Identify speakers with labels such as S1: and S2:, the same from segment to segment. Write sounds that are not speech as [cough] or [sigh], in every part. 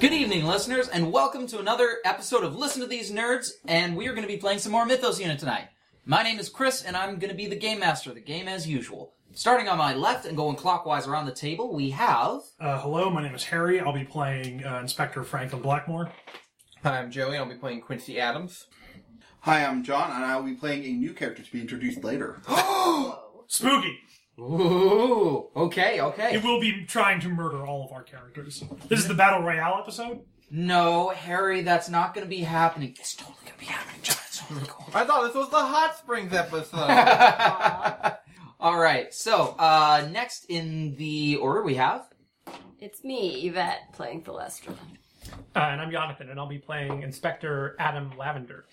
S1: Good evening, listeners, and welcome to another episode of Listen to These Nerds. And we are going to be playing some more Mythos Unit tonight. My name is Chris, and I'm going to be the game master of the game as usual. Starting on my left and going clockwise around the table, we have.
S2: Uh, hello, my name is Harry. I'll be playing uh, Inspector Franklin Blackmore.
S3: Hi, I'm Joey. I'll be playing Quincy Adams.
S4: Hi, I'm John, and I'll be playing a new character to be introduced later.
S2: Spooky!
S1: Ooh, okay,
S2: He
S1: okay.
S2: will be trying to murder all of our characters. This is the Battle Royale episode.
S1: No, Harry, that's not going to be happening. It's totally going to be happening, John. It's totally cool.
S3: I thought this was the Hot Springs [laughs] episode.
S1: All right, so uh, next in the order we have.
S5: It's me, Yvette, playing Thelestra.
S6: Uh, and I'm Jonathan, and I'll be playing Inspector Adam Lavender.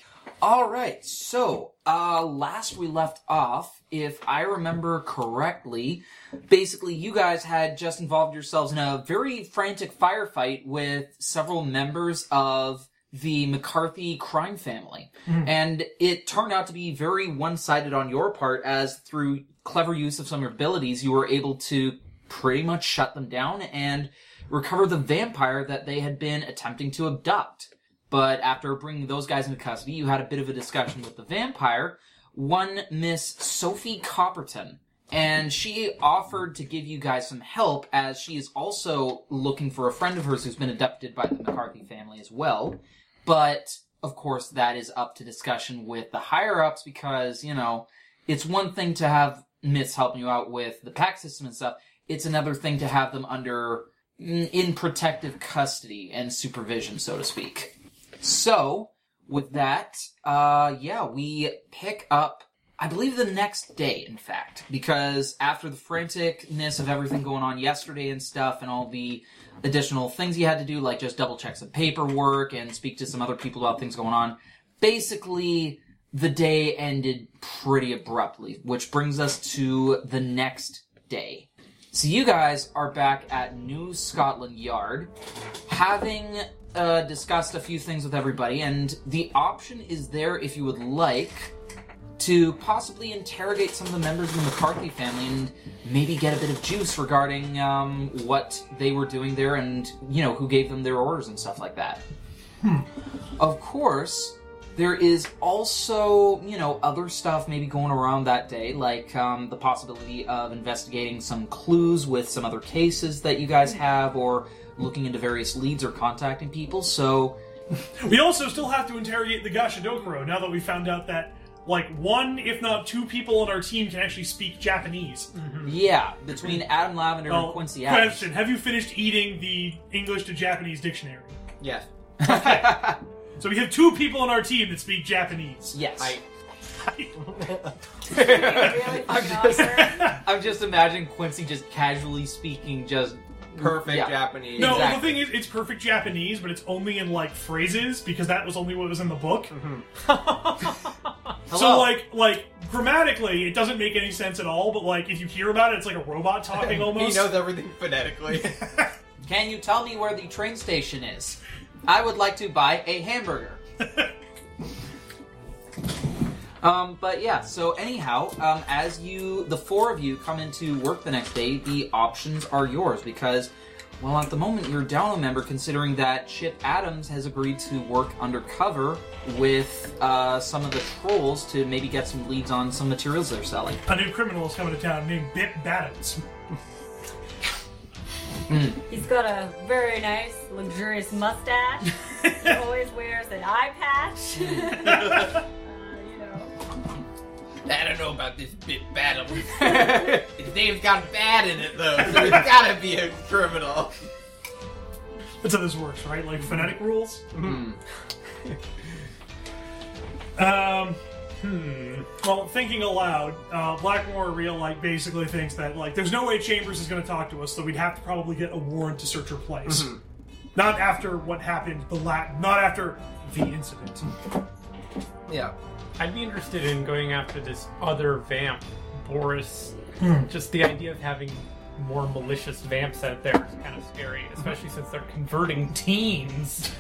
S1: All right. So, uh, last we left off, if I remember correctly, basically you guys had just involved yourselves in a very frantic firefight with several members of the McCarthy crime family. And it turned out to be very one-sided on your part as through clever use of some abilities, you were able to pretty much shut them down and recover the vampire that they had been attempting to abduct. But after bringing those guys into custody, you had a bit of a discussion with the vampire, one Miss Sophie Copperton. And she offered to give you guys some help as she is also looking for a friend of hers who's been abducted by the McCarthy family as well. But of course, that is up to discussion with the higher ups because, you know, it's one thing to have Miss helping you out with the pack system and stuff. It's another thing to have them under mm, in protective custody and supervision, so to speak. So, with that, uh, yeah, we pick up, I believe the next day, in fact, because after the franticness of everything going on yesterday and stuff and all the additional things you had to do, like just double check some paperwork and speak to some other people about things going on, basically, the day ended pretty abruptly, which brings us to the next day. So you guys are back at New Scotland Yard, having uh, discussed a few things with everybody, and the option is there if you would like to possibly interrogate some of the members of the McCarthy family and maybe get a bit of juice regarding um, what they were doing there and you know who gave them their orders and stuff like that. Of course, there is also, you know, other stuff maybe going around that day, like um, the possibility of investigating some clues with some other cases that you guys have, or looking into various leads or contacting people. So,
S2: We also still have to interrogate the Gashadokuro now that we found out that, like, one, if not two people on our team can actually speak Japanese.
S6: Mm-hmm.
S1: yeah, between Adam Lavender
S2: Oh,
S1: and Quincy Adams.
S2: question Have you finished eating the English to Japanese dictionary?
S3: yes.
S2: [laughs] So we have two people on our team that speak Japanese.
S1: [laughs] Yes. [laughs]
S3: I-
S5: [laughs] Really forgot
S1: I'm just imagining Quincy just casually speaking, just
S3: Perfect
S1: Mm, Yeah.
S3: Japanese.
S2: No,
S1: Exactly.
S2: the thing is, it's perfect Japanese, but it's only in like phrases because that was only what was in the book.
S1: Hello.
S2: So like, like grammatically, it doesn't make any sense at all. But like, if you hear about it, it's like a robot
S3: [laughs]
S2: talking
S3: He
S2: almost.
S3: knows everything phonetically.
S1: Can you tell me where the train station is? I would like to buy a hamburger. um, but yeah, so anyhow, um, as you, the four of you, come into work the next day, the options are yours because, well, at the moment you're down a member considering that Chip Adams has agreed to work undercover with uh, some of the trolls to maybe get some leads on some materials they're selling.
S2: a new criminal is coming to town named Bip [laughs] Battens.
S5: He's got a very nice, luxurious mustache. he always wears an eye patch. [laughs] Uh, you
S3: [laughs]
S5: know.
S3: I don't know about this bit bad. [laughs] His name's got bad in it though, so he's gotta be a criminal.
S2: That's how this works, right? Like
S6: Mm-hmm.
S2: phonetic rules. [laughs] um, hmm. Well, thinking aloud, uh, Blackmore real like basically thinks that like there's no way Chambers is going to talk to us, so we'd have to probably get a warrant to search her place.
S6: Mm-hmm.
S2: Not after what happened, the la- not after the incident.
S6: Mm-hmm.
S3: Yeah.
S6: I'd be interested in going after this other vamp, Boris. Just the idea of having more malicious vamps out there is kind of scary, especially since they're converting teens.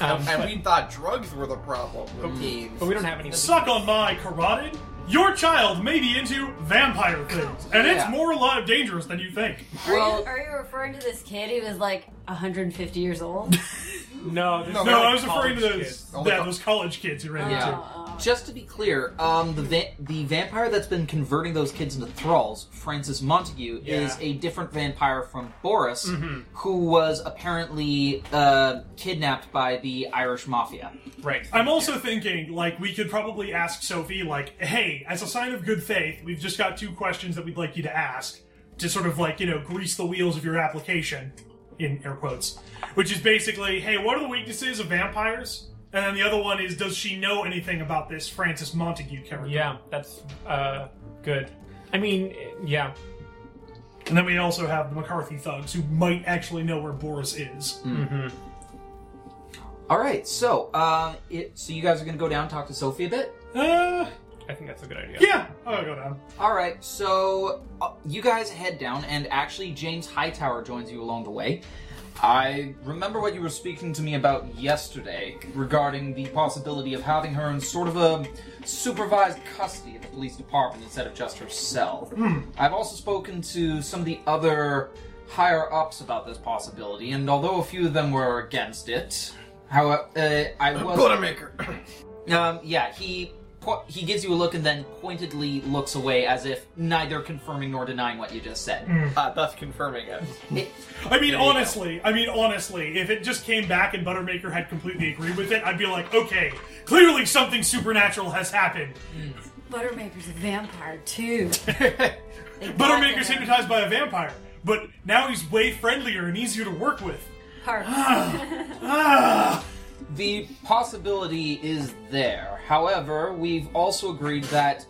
S6: Um,
S3: and
S6: but,
S3: we thought drugs were the problem with teens.
S6: but we don't have any.
S2: Suck on my carotid. Your child may be into vampire things, and it's
S1: Yeah.
S2: more li- dangerous than you think.
S5: Are,
S1: Well-
S5: you, are you referring to this kid who is like 150 years old?
S6: No, there's
S4: No,
S2: No,
S6: like
S2: I was referring
S6: college
S2: to those
S6: kids.
S4: Oh,
S2: that,
S4: the-
S2: those college kids who ran into.
S5: Oh,
S1: Just to be clear, um, the va- the vampire that's been converting those kids into thralls, Francis Montague,
S6: Yeah.
S1: is a different vampire from Boris, who was apparently uh, kidnapped by the Irish mafia.
S6: Right.
S2: I'm also thinking, like, we could probably ask Sophie, like, hey, as a sign of good faith, we've just got two questions that we'd like you to ask to sort of, like, you know, grease the wheels of your application, in air quotes, which is basically, hey, what are the weaknesses of vampires? And then the other one is, does she know anything about this Francis Montague character?
S6: Yeah, that's uh, good. I mean, yeah,
S2: And then we also have the McCarthy thugs who might actually know where Boris is.
S1: All right, so um, it, so you guys are gonna go down and talk to Sophie a bit.
S2: Uh,
S6: I think that's a good idea.
S2: yeah. Oh, go down.
S1: All right, so uh, you guys head down, and actually James Hightower joins you along the way. I remember what you were speaking to me about yesterday regarding the possibility of having her in sort of a supervised custody at the police department instead of just her cell. I've also spoken to some of the other higher ups about this possibility, and although a few of them were against it, how uh, I was
S3: Buttermaker.
S1: um, yeah, he po- he gives you a look and then pointedly looks away as if neither confirming nor denying what you just said.
S3: [coughs] uh, thus confirming it.
S1: It-
S2: I mean,
S3: There you go.
S2: honestly, I mean, honestly, if it just came back and Buttermaker had completely agreed with it, I'd be like, okay, clearly something supernatural has happened.
S5: Buttermaker's a vampire too. They got
S2: Buttermaker's
S5: him.
S2: hypnotized by a vampire, but now he's way friendlier and easier to work with.
S5: Hark.
S2: Ah!
S1: the possibility is there. However, we've also agreed that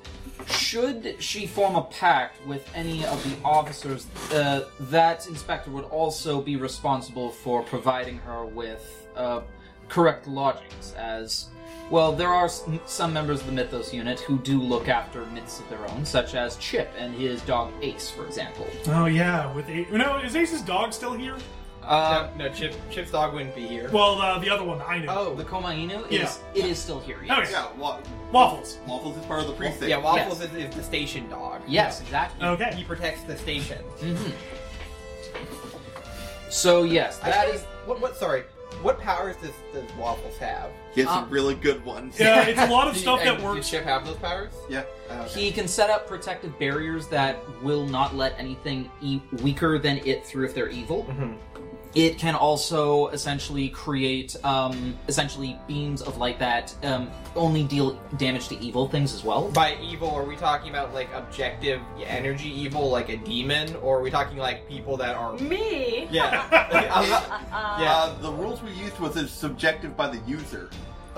S1: should she form a pact with any of the officers, uh, that inspector would also be responsible for providing her with uh, correct lodgings. As well, there are s- some members of the Mythos unit who do look after myths of their own, such as Chip and his dog Ace, for example.
S2: oh yeah, with a- no, is Ace's dog still here?
S1: Uh,
S3: no, Chip, Chip's dog wouldn't be here.
S2: Well, uh, the other one I know,
S1: Oh, the Koma Inu is it is still here.
S2: Oh,
S1: Yes.
S2: yeah.
S4: Yeah, wa-
S2: waffles.
S4: Waffles is part of the precinct.
S3: yeah, Waffles is, is the station dog.
S1: Yes, exactly.
S3: He
S2: Okay.
S3: protects the station.
S1: Mm-hmm. So yes,
S3: I
S1: that
S3: think-
S1: is
S3: what. What? Sorry. What powers does, does Waffles have?
S4: He has
S1: Uh,
S4: some really good ones.
S2: Yeah, Uh, it's a lot of
S3: [laughs] Do you-
S2: stuff
S3: and
S2: that works.
S3: Does Chip have those powers?
S4: Yeah. uh,
S1: He can set up protective barriers that will not let anything e- weaker than it through if they're evil.
S3: Mm-hmm.
S1: It can also essentially create um, essentially beams of light that um, only deal damage to evil things as well.
S3: By evil, are we talking about like objective energy evil, like a demon, or are we talking like people that [laughs] are?
S5: Me?
S3: Yeah. [laughs]
S4: Uh,
S5: Uh,
S3: yeah.
S4: [laughs] uh, the rules we used was it's subjective by the user.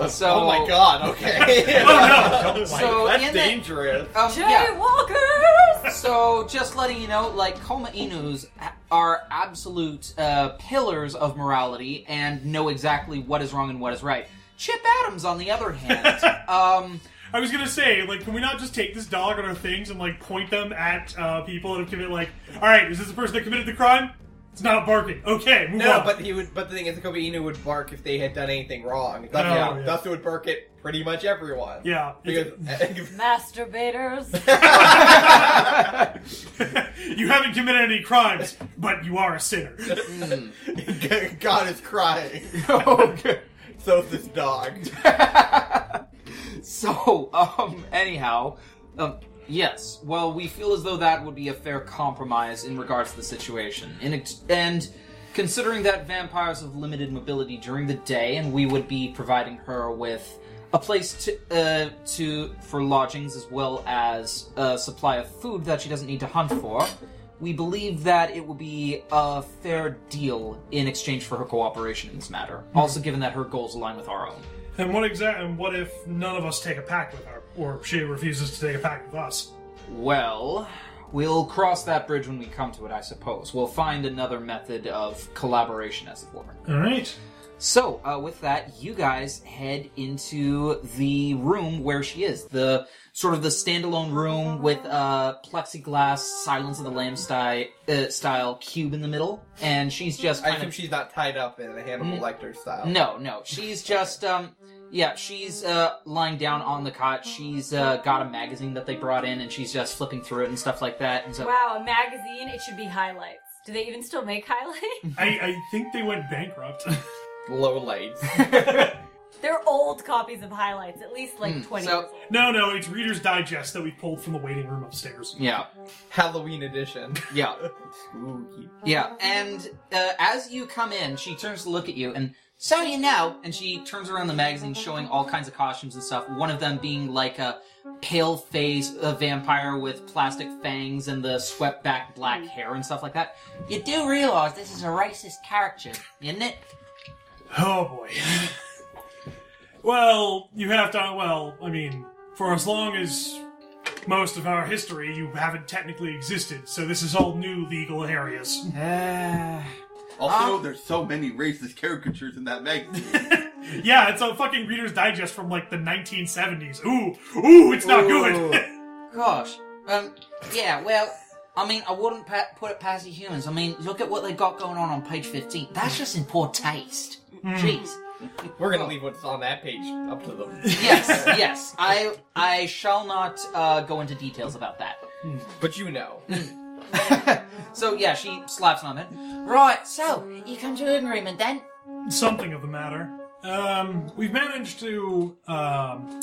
S1: So-
S3: oh my god. [laughs] Okay.
S2: [laughs] Oh no!
S1: So
S3: That's
S1: in that-
S3: dangerous.
S1: Um, yeah.
S5: Jaywalkers!
S1: So, just letting you know, like, Koma Inus a- are absolute uh, pillars of morality and know exactly what is wrong and what is right. Chip Adams, on the other
S3: [laughs]
S1: hand, um,
S2: I was gonna say, like, can we not just take this dog and our things and like point them at uh, people that have committed? Like, all right, is this the person that committed the crime? It's not barking. Okay, move
S3: No,
S2: on.
S3: but he would. But the thing is, the Kobe Inu would bark if they had done anything wrong. Thus,
S2: Oh, yeah.
S3: thus it would bark at pretty much everyone.
S2: yeah,
S3: Because, [laughs]
S5: Masturbators.
S2: [laughs] you haven't committed any crimes, but you are a [laughs] sinner.
S3: [laughs] God is [laughs] crying. Mm. So is this dog.
S1: [laughs] so, um, anyhow, um, yes, well, we feel as though that would be a fair compromise in regards to the situation. In ex- and considering that vampires have limited mobility during the day, and we would be providing her with a place to, uh, to for lodgings as well as a supply of food that she doesn't need to hunt for. We believe that it will be a fair deal in exchange for her cooperation in this matter. Also, given that her goals align with our own.
S2: And what exact? And what if none of us take a pact with her, or she refuses to take a pact with us?
S1: Well, we'll cross that bridge when we come to it, I suppose. We'll find another method of collaboration, as it were.
S2: All right.
S1: So, uh, with that, you guys head into the room where she is. The sort of the standalone room with uh, plexiglass, Silence of the Lambs style, uh, style cube in the middle, and she's just
S3: I
S1: kind
S3: assume
S1: of
S3: she's not tied up in a Hannibal Lecter style.
S1: no, no. She's just um yeah, she's uh lying down on the cot. She's uh got a magazine that they brought in and she's just flipping through it and stuff like that. And so
S5: Wow, a magazine. It should be highlights. Do they even still make highlights?
S2: I, I think they went bankrupt. [laughs]
S3: low lights.
S5: They're old copies of highlights, at least like 20
S1: so-
S5: years old.
S2: No, no, it's Reader's Digest that we pulled from the waiting room upstairs.
S1: yeah,
S3: [laughs] Halloween edition.
S1: yeah,
S3: Spooky.
S1: yeah. And uh, as you come in, she turns to look at you and. So you know, and she turns around the magazine, showing all kinds of costumes and stuff. One of them being like a pale face, a vampire with plastic fangs and the swept back black hair and stuff like that. You do realize this is a racist character, isn't it?
S2: Oh boy. [laughs] well, you have to. Well, I mean, for as long as most of our history, you haven't technically existed, so this is all new legal areas.
S4: Also, there's so many racist caricatures in that magazine.
S2: yeah, it's a fucking Reader's Digest from like the 1970s. Ooh, ooh, it's not good.
S1: Ooh. Gosh. Um, yeah, well, I mean, I wouldn't pa- put it past the humans. I mean, look at what they've got going on on page 15. That's just in poor taste. Jeez.
S3: We're gonna leave what's on that page up to them.
S1: [laughs] Yes, yes. I I shall not uh, go into details about that.
S3: But you know.
S1: [laughs] So, yeah, she slaps on it. Right, so, you come to an agreement then?
S2: [laughs] Something of the matter. Um, we've managed to. Um,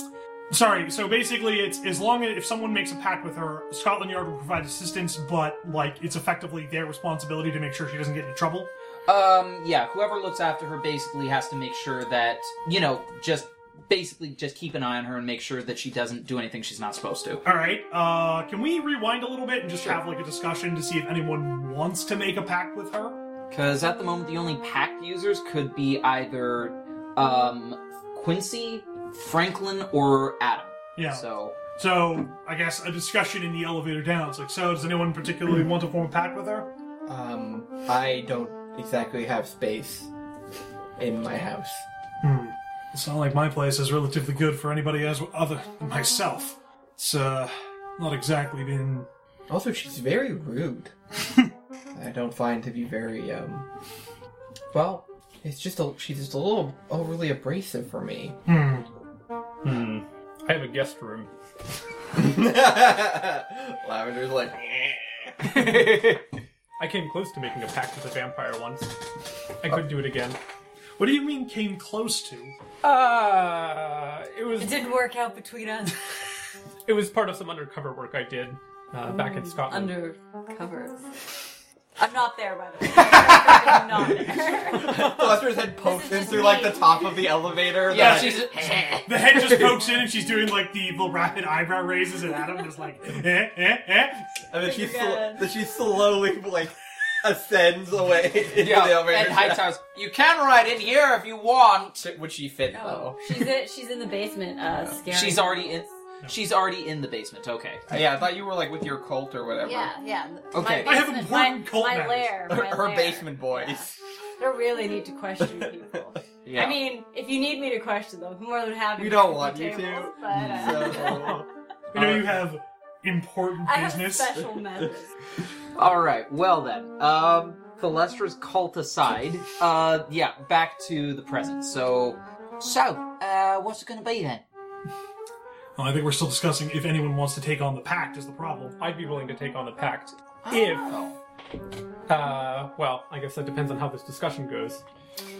S2: sorry. So basically, it's as long as if someone makes a pact with her, Scotland Yard will provide assistance, but like it's effectively their responsibility to make sure she doesn't get into trouble.
S1: Um, yeah, whoever looks after her basically has to make sure that, you know, just basically just keep an eye on her and make sure that she doesn't do anything she's not supposed to.
S2: All right. Uh, can we rewind a little bit and just have like a discussion to see if anyone wants to make a pact with her?
S1: Because at the moment, the only pact users could be either um, Quincy, Franklin, or Adam.
S2: Yeah. So,
S1: So,
S2: I guess a discussion in the elevator down. It's like, so does anyone particularly want to form a pact with her?
S3: Um, I don't exactly have space in my house.
S2: It's not like my place is relatively good for anybody as other than myself. It's uh, not exactly been.
S3: Also, she's very rude. I don't find to be very um. Well, it's just a she's just a little overly abrasive for me.
S6: I have a guest room.
S3: [laughs] Lavender's like. [laughs]
S6: I came close to making a pact with a vampire once. I could do it again.
S2: What do you mean came close to?
S6: Uh, it was
S5: It didn't work out between us.
S6: it was part of some undercover work I did uh, back in
S1: Mm,
S6: Scotland.
S5: Undercovers. I'm not there, by the way. I'm not there.
S3: Buster's head pokes
S5: This
S3: in
S5: is
S3: through
S5: just
S3: like
S5: me.
S3: the top of the elevator.
S1: yeah,
S3: that-
S1: she's. [laughs]
S2: The head just pokes in and she's doing like the, the rapid eyebrow raises, and Adam is like, eh, eh, eh.
S3: and then she
S5: Oh my
S3: sl-
S5: God.
S3: then she slowly like ascends away [laughs] into
S1: [laughs]
S3: the
S1: yeah,
S3: elevator.
S1: and Hightower's. You can ride in here if you want.
S3: Would she fit though?
S5: Oh, she's, in, she's in the basement, uh, scaring.
S1: She's already in. She's already in the basement. Okay.
S3: Yeah, I thought you were like with your cult or whatever.
S5: Yeah, yeah. My
S1: Okay.
S2: I have
S5: basement-
S2: important
S5: my,
S2: cult
S5: my
S2: matters.
S5: lair.
S3: Her,
S5: my
S3: her
S5: lair.
S3: basement boys.
S5: I really need to question people.
S1: Yeah.
S5: I mean, if you need me to question them, I'm more than happy.
S3: We
S5: to
S3: don't
S5: flip
S3: want
S5: the
S3: you to,
S5: tables, But, uh, [laughs]
S3: So,
S2: You know, you have important
S5: I have
S2: business.
S5: special methods.
S1: All right. Well then, um, Philestra's cult aside, uh, yeah, back to the present. So, so, uh, what's it gonna be then?
S2: Well, Oh, I think we're still discussing if anyone wants to take on the pact is the problem.
S6: I'd be willing to take on the pact if.
S1: Oh.
S6: Uh, well, I guess that depends on how this discussion goes.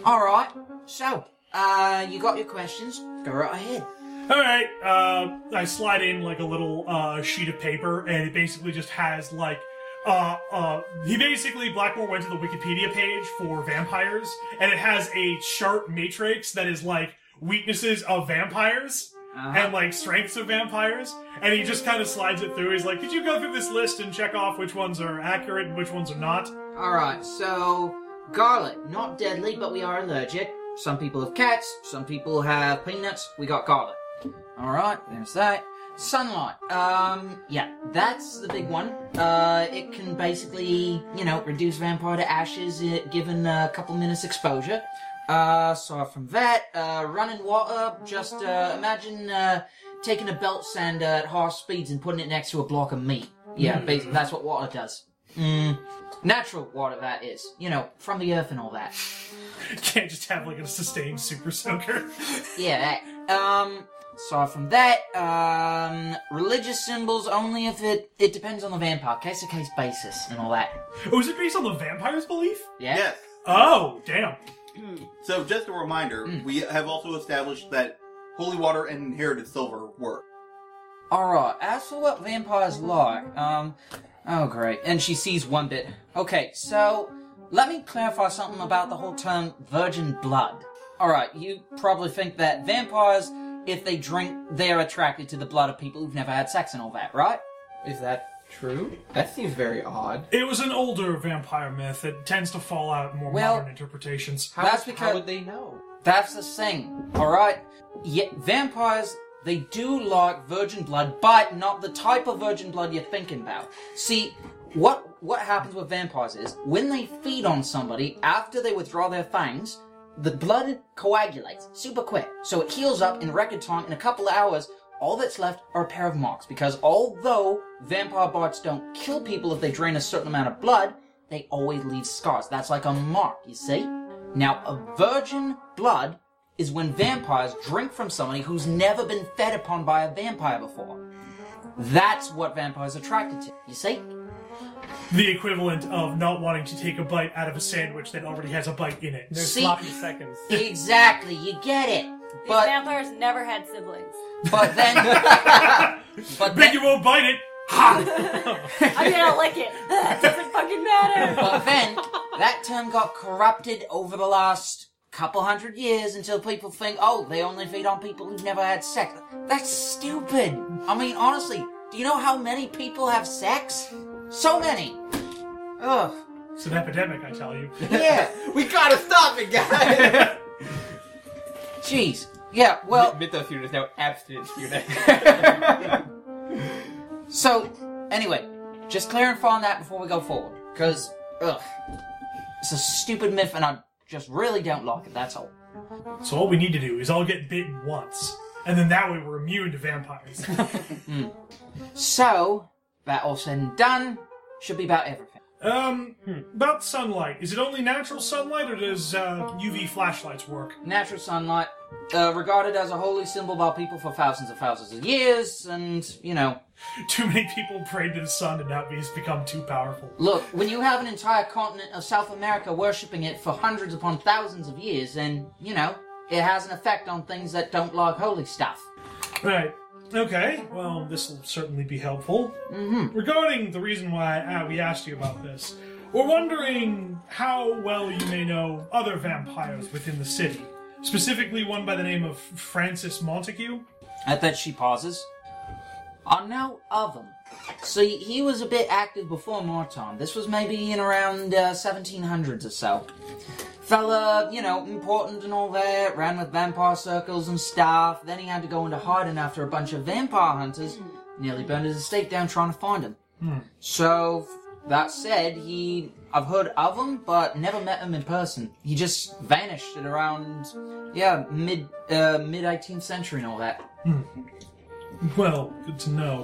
S1: All right. So, uh, you got your questions. Go right ahead.
S2: All right, uh, I slide in like a little uh, sheet of paper, and it basically just has like. Uh, uh, he basically Blackmore went to the Wikipedia page for vampires, and it has a chart matrix that is like weaknesses of vampires and like strengths of vampires, and he just kind of slides it through. He's like, "Did you go through this list and check off which ones are accurate and which ones are not?" [laughs]
S1: All right. So, garlic, not deadly, but we are allergic. Some people have cats. Some people have peanuts. We got garlic. All right. There's that. Sunlight. Um, yeah, that's the big one. Uh, it can basically, you know, reduce vampire to ashes uh, given a couple minutes exposure. Uh, aside from that, uh, running water, just, uh, imagine, uh, taking a belt sander at half speeds and putting it next to a block of meat. Yeah, basically, that's what water does. Mm, natural water, that is. You know, from the earth and all that.
S2: Can't just have like a sustained super soaker. [laughs]
S1: Yeah, that. Um, aside from that, um, religious symbols only if it, it depends on the vampire, case to case basis and all that.
S2: oh, is it based on the vampire's belief?
S1: Yeah?
S4: yes.
S2: Oh, damn.
S4: So, just a reminder, we have also established that holy water and inherited silver work.
S1: Alright, as for what vampires like, um, oh great. And she sees one bit. Okay, so let me clarify something about the whole term virgin blood. Alright, you probably think that vampires, if they drink, they're attracted to the blood of people who've never had sex and all that, right?
S3: Is that true? That seems very odd.
S2: It was an older vampire myth that tends to fall out in more
S1: Well-
S2: modern interpretations.
S3: How,
S1: That's
S3: how
S1: because-
S3: would they know?
S1: That's the thing, alright? Yeah, vampires, they do like virgin blood, but not the type of virgin blood you're thinking about. See, what what happens with vampires is when they feed on somebody, after they withdraw their fangs, the blood coagulates super quick. So it heals up in record time in a couple of hours. All that's left are a pair of marks, because although vampire bites don't kill people if they drain a certain amount of blood, they always leave scars. That's like a mark, you see? Now, a virgin blood is when vampires drink from somebody who's never been fed upon by a vampire before. That's what vampires are attracted to, you see?
S2: The equivalent of not wanting to take a bite out of a sandwich that already has a bite in it.
S6: There's
S1: See?
S6: sloppy seconds.
S1: Exactly, you get it.
S5: These
S1: But
S5: vampires never had siblings.
S1: but then but
S2: Bet
S1: then,
S2: you won't bite it!
S5: I'm gonna lick it. That doesn't fucking matter.
S1: [laughs] but then that term got corrupted over the last couple hundred years until people think, oh, they only feed on people who've never had sex. That's stupid. I mean, honestly, do you know how many people have sex? So many. Ugh.
S2: It's an epidemic, I tell you.
S1: Yeah.
S3: We gotta stop it, [laughs] guys!
S1: [laughs] Jeez. Yeah,
S3: [laughs]
S1: well,
S3: Mythos is now abstinence unit.
S1: so, anyway, just clarifying that before we go forward. Because, ugh. It's a stupid myth and I just really don't like it, that's all.
S2: So all we need to do is all get bitten once. And then that way we're immune to vampires.
S1: So, that all said and done, should be about everything.
S2: um, about sunlight. Is it only natural sunlight or does uh, UV flashlights work? [laughs]
S1: Natural sunlight, uh, regarded as a holy symbol by people for thousands and thousands of years, and, you know,
S2: Too many people prayed to the sun and now it's become too powerful.
S1: Look, when you have an entire continent of South America worshipping it for hundreds upon thousands of years, then, you know, it has an effect on things that don't like holy stuff.
S2: Right. Okay. Well, this will certainly be helpful. Mm-hmm. Regarding the reason why uh, we asked you about this, we're wondering how well you may know other vampires within the city, specifically one by the name of Francis Montague.
S1: At that, she pauses. I know of him. See, he was a bit active before my time. This was maybe in around uh, 1700s or so. Fella, you know, important and all that, ran with vampire circles and stuff. Then he had to go into hiding after a bunch of vampire hunters. Nearly burned his estate down trying to find him. So, that said, he. I've heard of him, but never met him in person. He just vanished at around, yeah, mid uh, mid 18th century and all that.
S2: Well, good to know.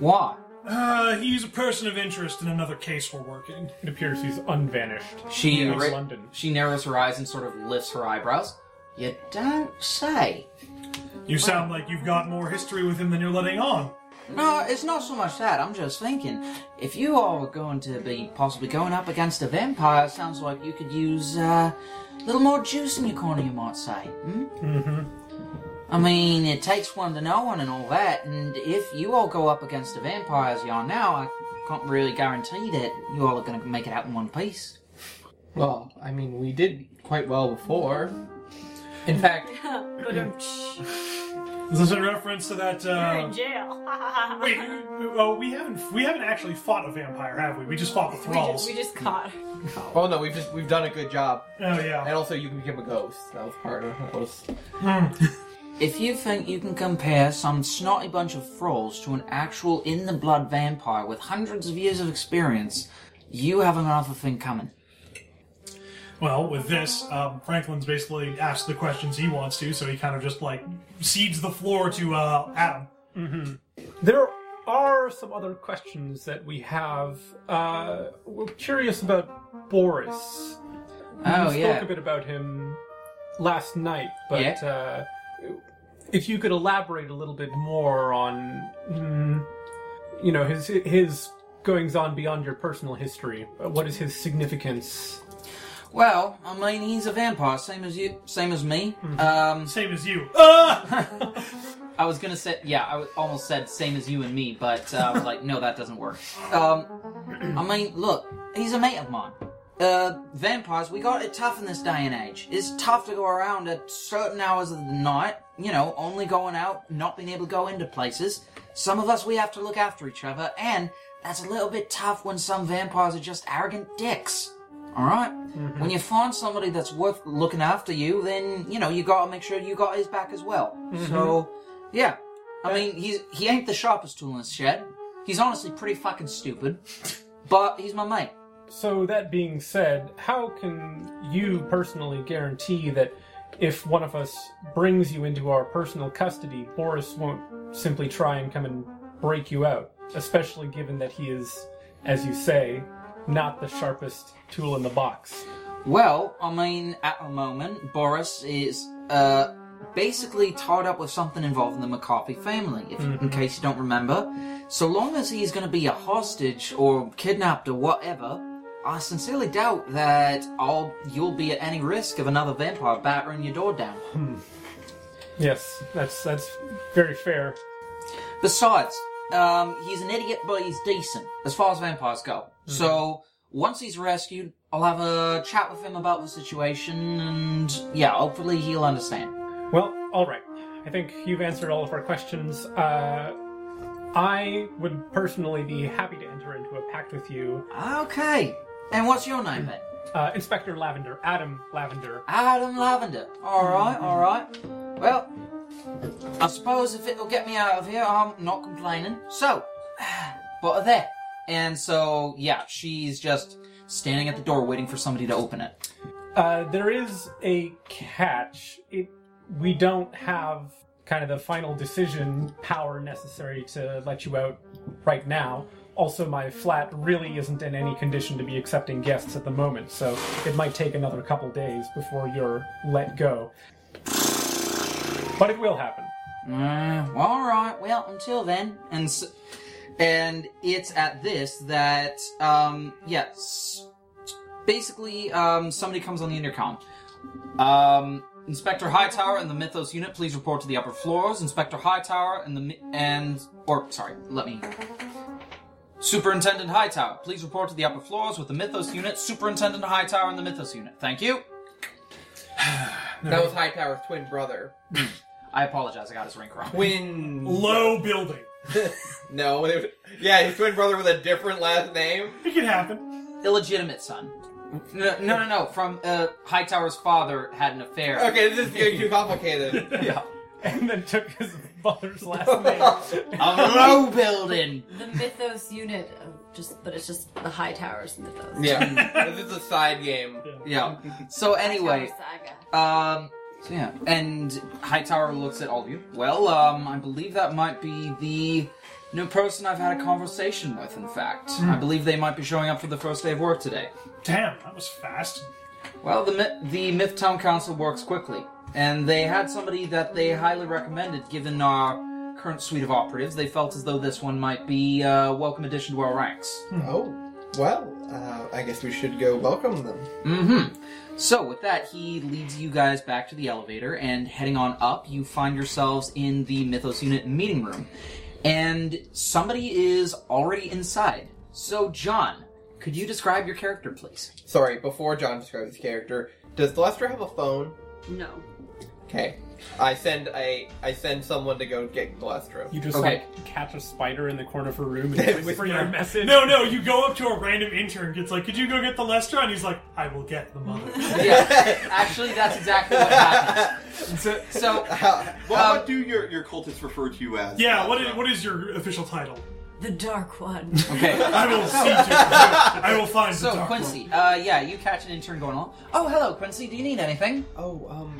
S1: Why?
S2: Uh, he's a person of interest in another case we're working.
S6: It appears he's unvanished.
S1: She
S6: Yeah, it's
S1: ra-
S6: London.
S1: she narrows her eyes and sort of lifts her eyebrows. You don't say.
S2: You sound like you've got more history with him than you're letting on.
S1: No, it's not so much that. I'm just thinking, if you all are going to be possibly going up against a vampire, it sounds like you could use uh, a little more juice in your corner, you might say. Hmm? Mm-hmm. I mean, it takes one to know one and all that, and if you all go up against a vampire as you are now, I can't really guarantee that you all are going to make it out in one piece.
S3: well, I mean, we did quite well before. In fact,
S5: But um,
S2: Is this a reference to that?
S5: you're in
S2: Uh,
S5: jail. [laughs]
S2: wait, well, we haven't we haven't actually fought a vampire, have we? We just fought the
S5: we
S2: thralls.
S5: just, we just caught.
S3: oh no, we've just we've done a good job.
S2: Oh yeah.
S3: And also, you can become a ghost. That was part of that was
S1: If you think you can compare some snotty bunch of thralls to an actual in the blood vampire with hundreds of years of experience, you have another thing coming.
S2: Well, with this, um, Franklin's basically asked the questions he wants to, so he kind of just like cedes the floor to uh, Adam.
S6: There are some other questions that we have. Uh, we're curious about Boris.
S1: Oh
S6: we
S1: yeah.
S6: spoke a bit Mm-hmm. about him last night, but
S1: Yeah.
S6: uh, if you could elaborate a little bit more on, mm, you know, his his goings on beyond your personal history. Uh, What is his significance?
S1: Well, I mean, he's a vampire, same as you, same as me. Um,
S2: Same as you.
S6: Oh.
S2: Ah!
S1: I was gonna say, yeah, I w- almost said same as you and me, but uh, I was like, no, that doesn't work. Um, I mean, look, he's a mate of mine. Uh, vampires, we got it tough in this day and age. It's tough to go around at certain hours of the night, you know, only going out, not being able to go into places. Some of us, we have to look after each other, and that's a little bit tough when some vampires are just arrogant dicks. Alright? When you find somebody that's worth looking after you, then, you know, you gotta make sure you got his back as well. So, yeah. I mean, he's he ain't the sharpest tool in the shed. He's honestly pretty fucking stupid, but he's my mate.
S6: So that being said, how can you personally guarantee that if one of us brings you into our personal custody, Boris won't simply try and come and break you out, especially given that he is, as you say, not the sharpest tool in the box.
S1: Well, I mean, at the moment, Boris is uh, basically tied up with something involving the McCarthy family, if, in case you don't remember. So long as he's going to be a hostage or kidnapped or whatever, I sincerely doubt that I'll, you'll be at any risk of another vampire battering your door down.
S6: Yes, that's that's very fair.
S1: Besides, um, he's an idiot, but he's decent as far as vampires go. So once he's rescued, I'll have a chat with him about the situation, and yeah, hopefully he'll understand.
S6: Well, all right. I think you've answered all of our questions. Uh, I would personally be happy to enter into a pact with you,
S1: Okay. And what's your name then?
S6: uh, Inspector Lavender, Adam Lavender.
S1: Adam Lavender. All right, all right. Well, I suppose if it'll get me out of here, I'm not complaining. So, [sighs] what are there? And so, yeah, she's just standing at the door waiting for somebody to open it.
S6: Uh, there is a catch. It we don't have kind of the final decision power necessary to let you out right now. Also, my flat really isn't in any condition to be accepting guests at the moment, so it might take another couple days before you're let go. But it will happen. [laughs]
S1: Uh, well, all right. Well, until then, and s and it's at this that um yes, basically um somebody comes on the intercom. Um, Inspector Hightower and the Mythos unit, please report to the upper floors. Inspector Hightower and the Mi- and or sorry, let me. Superintendent Hightower, please report to the upper floors with the Mythos unit. Superintendent Hightower and the Mythos unit. Thank you.
S3: That was Hightower's twin brother.
S1: I apologize. I got his rank wrong.
S3: Twin.
S2: Low building.
S3: no, [laughs] it was- yeah, his twin brother with a different last name.
S2: It can happen.
S1: illegitimate son. No, no, no, no. From uh, Hightower's father had an affair.
S3: Okay, this is getting too complicated.
S6: Yeah. And then took his
S3: [laughs]
S6: mother's last
S1: [laughs]
S6: name.
S1: A low building.
S5: The Mythos unit, of just but it's just the High Towers Mythos.
S3: yeah, this is a side game.
S1: Yeah. So anyway,
S5: Hightower Saga.
S1: um, so yeah, and Hightower looks at all of you. Well, um, I believe that might be the new person I've had a conversation with. In fact, I believe they might be showing up for the first day of work today.
S2: Damn, that was fast.
S1: Well, the Mi- the Myth Town Council works quickly, and they had somebody that they highly recommended. Given our current suite of operatives, they felt as though this one might be a welcome addition to our ranks.
S3: Oh, well, uh, I guess we should go welcome them.
S1: Mm-hmm. So with that, he leads you guys back to the elevator, and heading on up, you find yourselves in the Mythos Unit meeting room, and somebody is already inside. So John, could you describe your character, please?
S3: Sorry, before John describes his character, does Lester have a phone?
S5: No.
S3: Okay, I send a I send someone to go get Lester.
S6: You just
S1: Okay.
S6: like catch a spider in the corner of a room and whisper your message.
S2: No, no, you go up to a random intern, gets like, could you go get the Lester? And he's like, I will get the mother.
S1: [laughs] Yeah, actually, that's exactly what happens. So, so
S3: How-
S4: Well,
S1: Um,
S4: what do your, your cultists refer to you as?
S2: yeah, what is, what is your official title?
S5: The Dark One.
S1: okay. [laughs]
S2: I will see to it. I will find the
S1: So
S2: dark
S1: Quincy,
S2: one.
S1: uh, yeah, you catch an intern going on. Oh, hello, Quincy. Do you need anything?
S3: oh, um,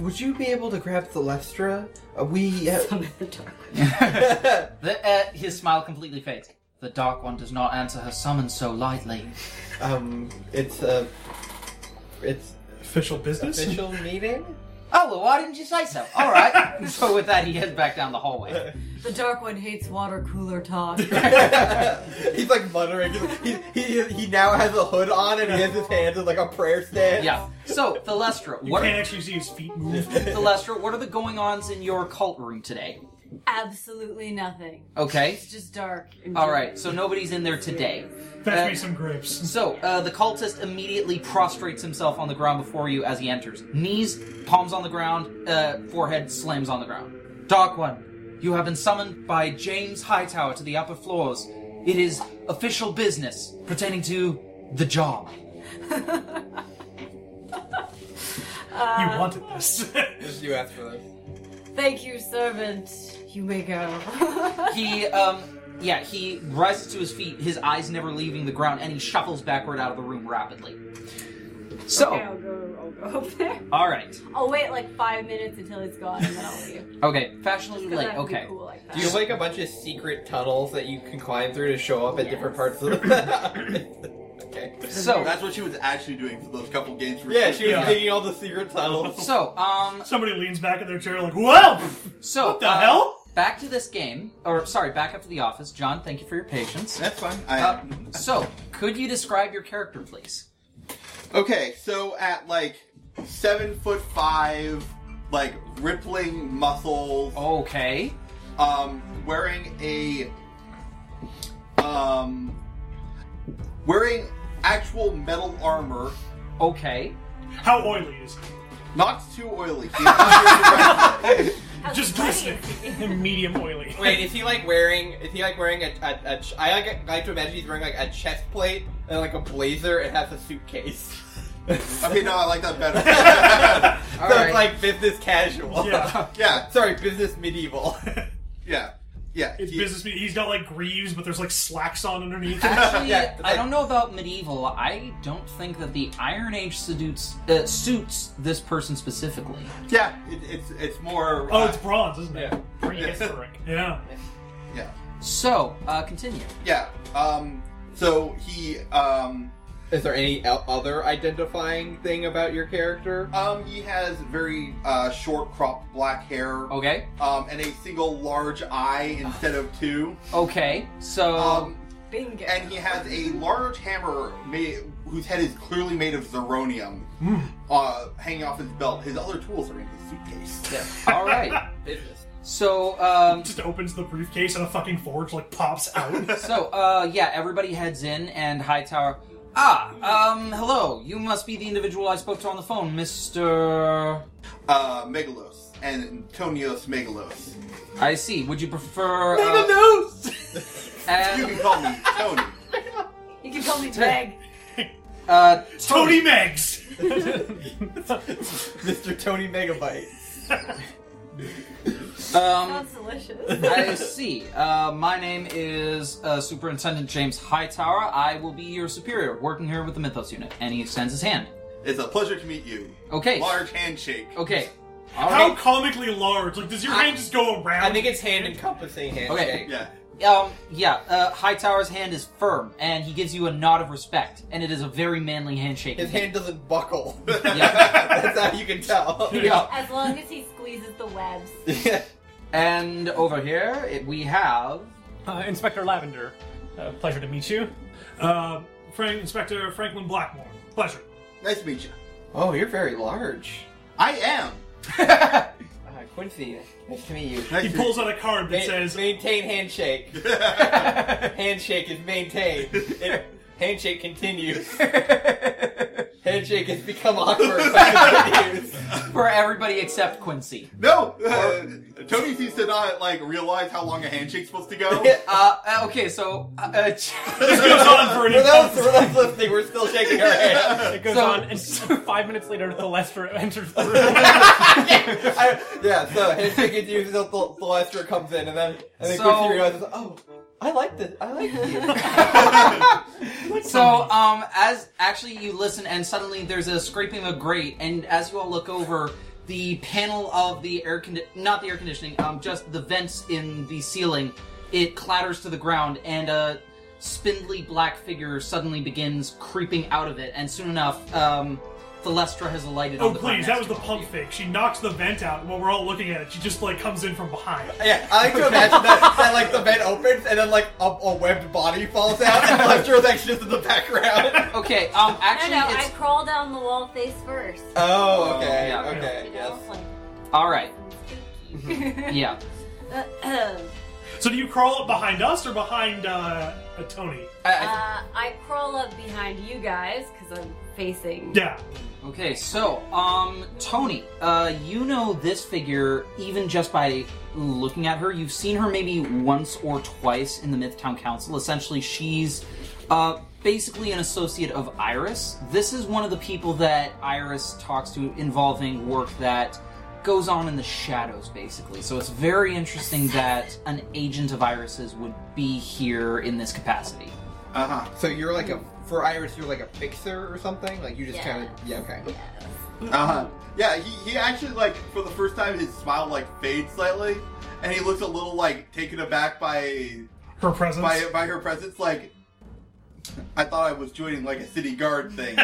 S3: would you be able to grab the Lestra? Uh, we uh,
S5: Summon the Dark One.
S1: [laughs] The, uh, his smile completely fades. The dark one does not answer her summons so lightly.
S3: um, it's a it's
S2: Official business?
S3: [laughs] official meeting.
S1: Oh, well, why didn't you say so? All right. [laughs] so with that, he heads back down the hallway.
S5: The dark one hates water cooler talk.
S3: He's like muttering. He, he, he now has a hood on and he has his hands in like a prayer stance.
S1: Yeah. So, Thalestra,
S2: You
S1: what
S2: can't
S1: are,
S2: actually see his feet move.
S1: Thalestra, what are the going-ons in your cult room today?
S5: Absolutely nothing.
S1: Okay.
S5: It's just dark. and
S1: All
S5: dirty.
S1: right. So nobody's in there today.
S2: Fetch
S1: Uh,
S2: me some grapes.
S1: So, uh, the cultist immediately prostrates himself on the ground before you as he enters. Knees, palms on the ground, uh, forehead slams on the ground. Dark One, you have been summoned by James Hightower to the upper floors. It is official business pertaining to the job. Uh,
S2: you wanted this. [laughs]
S3: Just you asked for this.
S5: Thank you, servant. You may go.
S1: He, um, yeah, he rises to his feet, his eyes never leaving the ground, and he shuffles backward out of the room rapidly. So,
S5: Okay, I'll go. I'll go up there.
S1: all right,
S5: I'll wait like five minutes until it's gone, and then I'll leave.
S1: okay,
S5: Just
S1: fashionably
S5: 'cause I
S1: late.
S5: have to be
S1: Okay,
S5: cool like
S3: Do you
S5: that.
S3: like a bunch of secret tunnels that you can climb through to show up at different parts of [laughs] the? okay.
S1: so
S4: That's what she was actually doing for those couple games. we were
S3: Yeah, she was
S4: playing.
S2: Yeah.
S3: digging all the secret tunnels.
S1: so um,
S2: Somebody leans back in their chair like, Whoa!
S1: So uh,
S2: What the hell?
S1: Back to this game, or sorry, back up to the office. John, thank you for your patience.
S4: That's fine. I,
S1: Uh, so, could you describe your character, please?
S4: Okay, so at like seven foot five, like rippling muscles,
S1: Okay.
S4: um, wearing a um, wearing actual metal armor,
S1: Okay.
S2: How oily is he?
S1: [laughs]
S4: not too oily. He's not very dry.
S5: How
S2: Just
S5: funny
S2: glistening.
S5: is he?
S2: Medium oily.
S3: [laughs]
S2: [laughs]
S3: Wait, is he like wearing? Is he like wearing a? a, a ch- I like, like to imagine he's wearing like a chest plate and like a blazer and has a suitcase. [laughs]
S4: okay, no, [laughs] I like that better. [laughs]
S3: so
S1: All
S3: it's
S1: right.
S3: like business casual. [laughs]
S2: Yeah.
S4: yeah,
S3: Sorry, business medieval.
S4: yeah, yeah.
S2: It's
S4: he-
S2: business. He's got like greaves, but there's like slacks on
S3: [laughs]
S2: underneath.
S1: Actually,
S3: Yeah, it's
S1: I
S3: like-
S1: don't know about medieval. I don't think that the Iron Age seduces, uh, suits this person specifically.
S4: Yeah, it, it's it's more.
S2: oh,
S4: uh,
S2: it's bronze, isn't it?
S6: Prehistoric.
S2: Yeah.
S4: yeah,
S1: So, uh, continue.
S4: yeah. Um, so he um.
S3: [laughs] Is there any el- other identifying thing about your character?
S4: Um, he has very uh, short cropped black hair.
S1: Okay.
S4: Um, and a single large eye instead of two.
S1: Okay. So,
S4: Um,
S5: [laughs] Bingo.
S4: and he has a large hammer made, whose head is clearly made of zeronium,
S1: Hmm.
S4: uh, hanging off his belt. His other tools are in his suitcase.
S1: yeah. all right.
S3: Business.
S1: So, um,
S2: Just opens the briefcase and a fucking forge like pops
S3: [laughs]
S2: out.
S1: So, uh, yeah, everybody heads in, and Hightower. Ah, um, hello. You must be the individual I spoke to on the phone, Mr.
S4: Uh, Megalos and Antonios Megalos.
S1: I see. Would you prefer.
S3: Mega
S1: Uh,
S3: [laughs] nose.
S4: You can
S1: and,
S4: call me
S1: [laughs]
S4: Tony.
S5: you can call me Meg.
S1: uh,
S2: Tony Meggs.
S3: Mr. Tony Megabyte.
S1: Um,
S5: Sounds delicious.
S1: I see. Uh, my name is uh, Superintendent James Hightower. I will be your superior, working here with the Mythos unit. And he extends his hand.
S4: It's a pleasure to meet you.
S1: Okay.
S4: Large handshake.
S1: Okay. All
S2: How
S1: right.
S2: comically large? Like, does your hand just go around?
S3: I think it's hand encompassing handshake.
S4: Yeah.
S1: Um, yeah, uh, Hightower's hand is firm, and he gives you a nod of respect, and it is a very manly handshake.
S3: His hand doesn't [laughs] buckle.
S1: Yeah.
S3: That's how you can tell.
S1: yeah.
S5: [laughs] As long as he squeezes the webs.
S3: Yeah.
S1: And over here it, we have.
S6: Uh, Inspector Lavender, uh, pleasure to meet you.
S2: Uh, Frank Inspector Franklin Blackmore. Pleasure.
S4: [laughs] Nice to meet you.
S3: Oh, you're very large.
S4: I am.
S3: Uh, Quincy, nice to meet you.
S4: Nice
S2: He
S4: to
S2: pulls out a card that
S3: Ma-
S2: says,
S3: maintain handshake.
S4: meet
S3: [laughs]
S4: you. [laughs]
S3: handshake is maintained. It- handshake continues.
S4: [laughs]
S3: handshake has become awkward. but continues. [laughs]
S1: For everybody except Quincy.
S4: No, uh, Tony seems to not like realize how long a handshake's supposed
S1: [laughs]
S4: to go.
S3: Yeah.
S1: Uh, uh, okay, so. Uh, uh, [laughs]
S2: This goes on for an
S3: For those, for
S2: indefinite-
S3: those listening, we're still shaking our
S4: [laughs]
S3: hands.
S6: It goes
S1: So-
S6: on, and [laughs] five minutes later, Thalestra enters the room.
S3: I, yeah, so handshake is used until Thel- Thelestra comes in, and then and then
S1: So-
S3: Quincy realizes, oh, I like this. I like
S4: [laughs]
S3: you.
S1: so, um, as actually you listen, and suddenly there's a scraping of a grate, and as you all look over, the panel of the air condi- not the air conditioning, um, just the vents in the ceiling, it clatters to the ground, and a spindly black figure suddenly begins creeping out of it, and soon enough, um, Thalestra has alighted
S2: Oh
S1: on the front
S2: please, that was
S1: next
S2: the
S1: to all of
S2: pump
S1: you.
S2: fake. She knocks the vent out while we're all looking at it. She just like comes in from behind.
S4: Yeah, I like to imagine that, that like the vent opens and then like a, a webbed body falls out [laughs] and Lester is actually just in the background.
S1: Okay, um,
S5: No,
S1: actually,
S5: no, I
S1: it's.
S5: crawl down the wall face first.
S4: [laughs] Oh, okay,
S1: Yeah.
S4: okay,
S5: you know,
S4: yes.
S1: Alright,
S5: like
S1: Mm-hmm.
S5: [laughs]
S1: yeah.
S5: Uh, spooky.
S2: So do you crawl up behind us or behind uh, uh, Tony?
S1: I,
S5: Uh, I crawl up behind you guys because I'm facing.
S2: Yeah.
S1: I- okay, so, um, Tony, uh, you know this figure even just by looking at her. You've seen her maybe once or twice in the Mythtown Council. Essentially, she's, uh, basically an associate of Iris. This is one of the people that Iris talks to involving work that goes on in the shadows, basically. So it's very interesting that an agent of Iris's would be here in this capacity.
S4: Uh huh.
S3: So you're like a for Iris, you're like a fixer or something. Like you just
S5: Yeah.
S3: kind of Mm. yeah okay.
S4: Uh huh. Yeah, he, he actually like for the first time his smile like fades slightly, and he looks a little like taken aback by
S2: Her presence.
S4: by by her presence. Like, I thought I was joining like a city guard thing.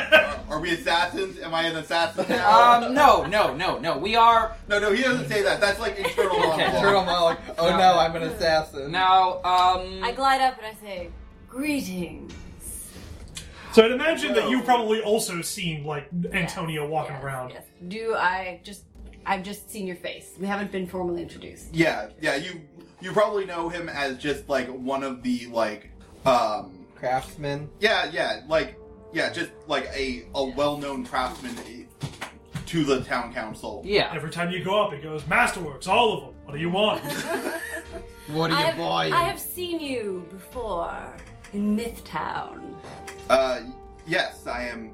S4: Are we assassins? Am I an assassin now?
S1: Um, no, no, no, no. We are
S4: no, no, he doesn't say that. That's like internal monologue.
S3: Turtle Malik. Oh no. I'm an assassin.
S1: now. Um,
S5: I glide up and I say, "Greetings."
S2: So I'd imagine that you've probably also seen like Antonio walking
S5: Yes,
S2: around.
S5: Yes. Do I just? I've just seen your face. We haven't been formally introduced.
S4: Yeah, yeah. You you probably know him as just like one of the like um
S3: Craftsman.
S4: yeah yeah like yeah just like a a well known craftsman to the town council.
S1: yeah.
S2: Every time you go up, it goes Masterworks, all of them. What do
S1: [laughs]
S2: you want? [laughs]
S3: What
S5: I have, I have seen you before in Mythtown.
S4: Uh, yes, I am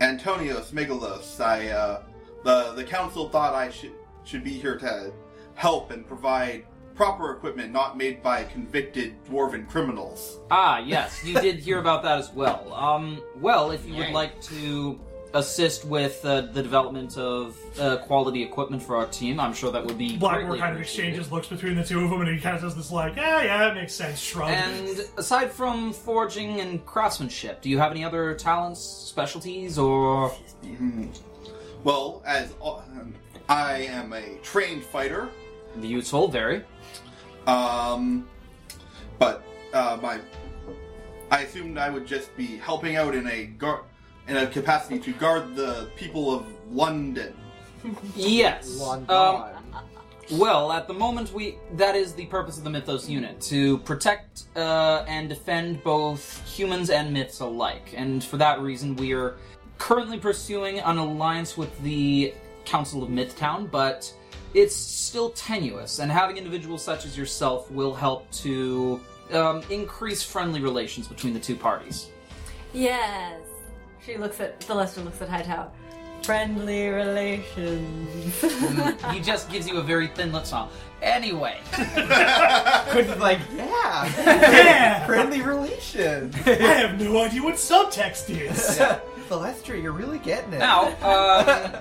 S4: Antonios Megalos. I uh, the the council thought I should should be here to help and provide proper equipment not made by convicted dwarven criminals.
S1: Ah, yes. You did
S2: [laughs]
S1: hear about that as well. Um, well, if you would
S3: Right.
S1: like to assist with uh, the development of uh, quality equipment for our team, I'm sure that would be
S2: Blackmore
S1: greatly
S2: kind of
S1: appreciated.
S2: exchanges looks between the two of them, and he kind of does this like, yeah, yeah, it makes sense. Shrug.
S1: And aside from forging and craftsmanship, do you have any other talents, specialties, or
S4: Well, as um, I am a trained fighter,
S1: you told very?
S4: um, but uh, my I assumed I would just be helping out in a guard in a capacity to guard the people of London.
S1: Yes. Um,
S3: London.
S1: Well, at the moment, we that is the purpose of the Mythos unit to protect uh, and defend both humans and myths alike. And for that reason, we are currently pursuing an alliance with the Council of Mythtown, but it's still tenuous. And having individuals such as yourself will help to um, increase friendly relations between the two parties.
S5: Yes. She looks at Celestia. Looks at Hightower. Friendly relations. [laughs]
S1: he just gives you a very thin-lipped smile. Anyway,
S3: Quinton's like [laughs] yeah.
S2: yeah,
S3: Friendly [laughs] relations.
S2: [laughs] I have no idea what subtext
S1: [laughs]
S2: is. [laughs]
S3: Celestra, you're really getting it. [laughs]
S1: now,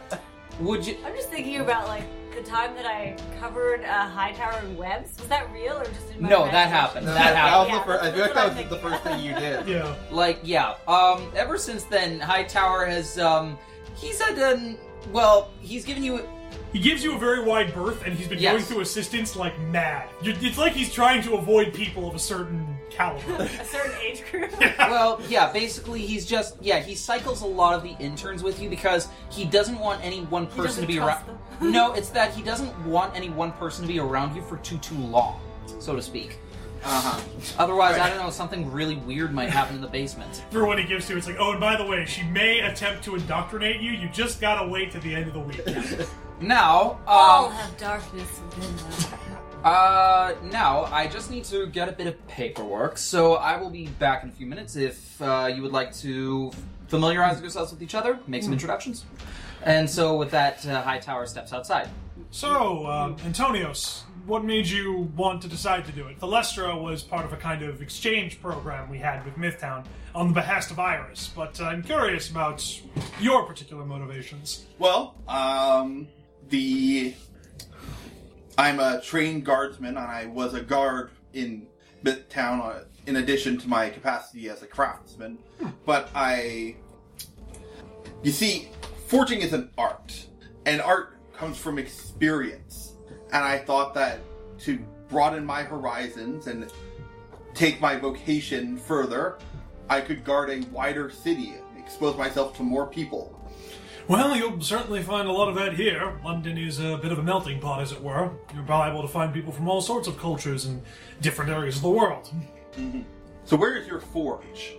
S1: um, would you?
S5: I'm just thinking about like the time that I covered uh, Hightower and webs. Was that real or just in my
S1: No, that
S5: imagination?
S1: happened.
S3: No,
S1: that happened.
S3: was the fir- I feel like that was the first thing you did.
S2: Yeah.
S1: Like, yeah. Um, ever since then, Hightower has, um, he's had an, well, he's given you,
S2: He gives you a very wide berth, and he's been
S1: Yes.
S2: going through assistance like mad. You- It's like he's trying to avoid people of a certain caliber.
S1: [laughs]
S2: [laughs]
S5: [laughs] A certain age group.
S3: [laughs]
S1: well, yeah, basically he's just, yeah, he cycles a lot of the interns with you because he doesn't want any one person
S5: doesn't
S1: to be
S5: trust
S1: around.
S5: them. [laughs]
S1: no, it's that he doesn't want any one person to be around you for too, too long, so to speak.
S4: Uh-huh.
S1: Otherwise, I don't know, something really weird might happen in the basement.
S2: Everyone he gives to, it's like, oh, and by the way, she may attempt to indoctrinate you. You just gotta wait to the end of the week.
S1: [laughs] Now, um,
S5: All have darkness within them.
S1: Uh, now I just need to get a bit of paperwork, so I will be back in a few minutes. If uh, you would like to familiarize yourselves with each other, make some introductions, and so with that, uh, Hightower steps outside.
S2: So, um, Antonios, what made you want to decide to do it? Thalestra was part of a kind of exchange program we had with Mythtown on the behest of Iris, but uh, I'm curious about your particular motivations.
S4: Well, um, the I'm a trained guardsman, and I was a guard in Midtown uh, in addition to my capacity as a craftsman. But I, you see, forging is an art, and art comes from experience. And I thought that to broaden my horizons and take my vocation further, I could guard a wider city, expose myself to more people.
S2: Well, you'll certainly find a lot of that here. London is a bit of a melting pot, as it were. You're liable to find people from all sorts of cultures and different areas of the world.
S4: So where is your forge?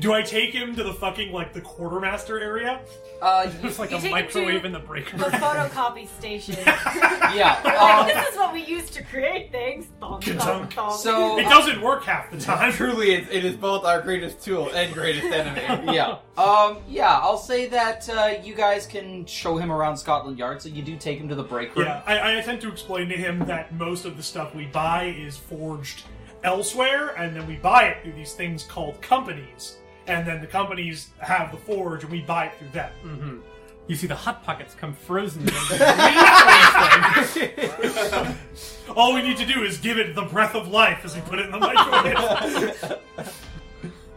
S2: Do I take him to the fucking, like, the quartermaster area?
S1: Uh,
S2: [laughs]
S6: It's like
S5: You
S6: a
S5: take it
S6: microwave
S5: to-
S6: in the break
S5: The
S6: room.
S5: photocopy
S1: [laughs]
S5: [laughs] station.
S1: yeah. Um,
S5: this is what we use to create things. Thong, thong,
S2: Ka-dunk.
S5: thong.
S1: So-
S2: It doesn't work half the time.
S3: [laughs] Truly, it, it is both our greatest tool and greatest [laughs] enemy.
S1: yeah. Um, yeah, I'll say that uh, you guys can show him around Scotland Yard, so you do take him to the break room.
S2: Yeah, I, I attempt to explain to him that most of the stuff we buy is forged elsewhere, and then we buy it through these things called companies. And then the companies have the forge, and we buy it through them.
S5: Hmm.
S6: You see the hot pockets come frozen. [laughs] in the-
S2: All we need to do is give it the breath of life as we put it in the
S5: [laughs]
S2: microwave.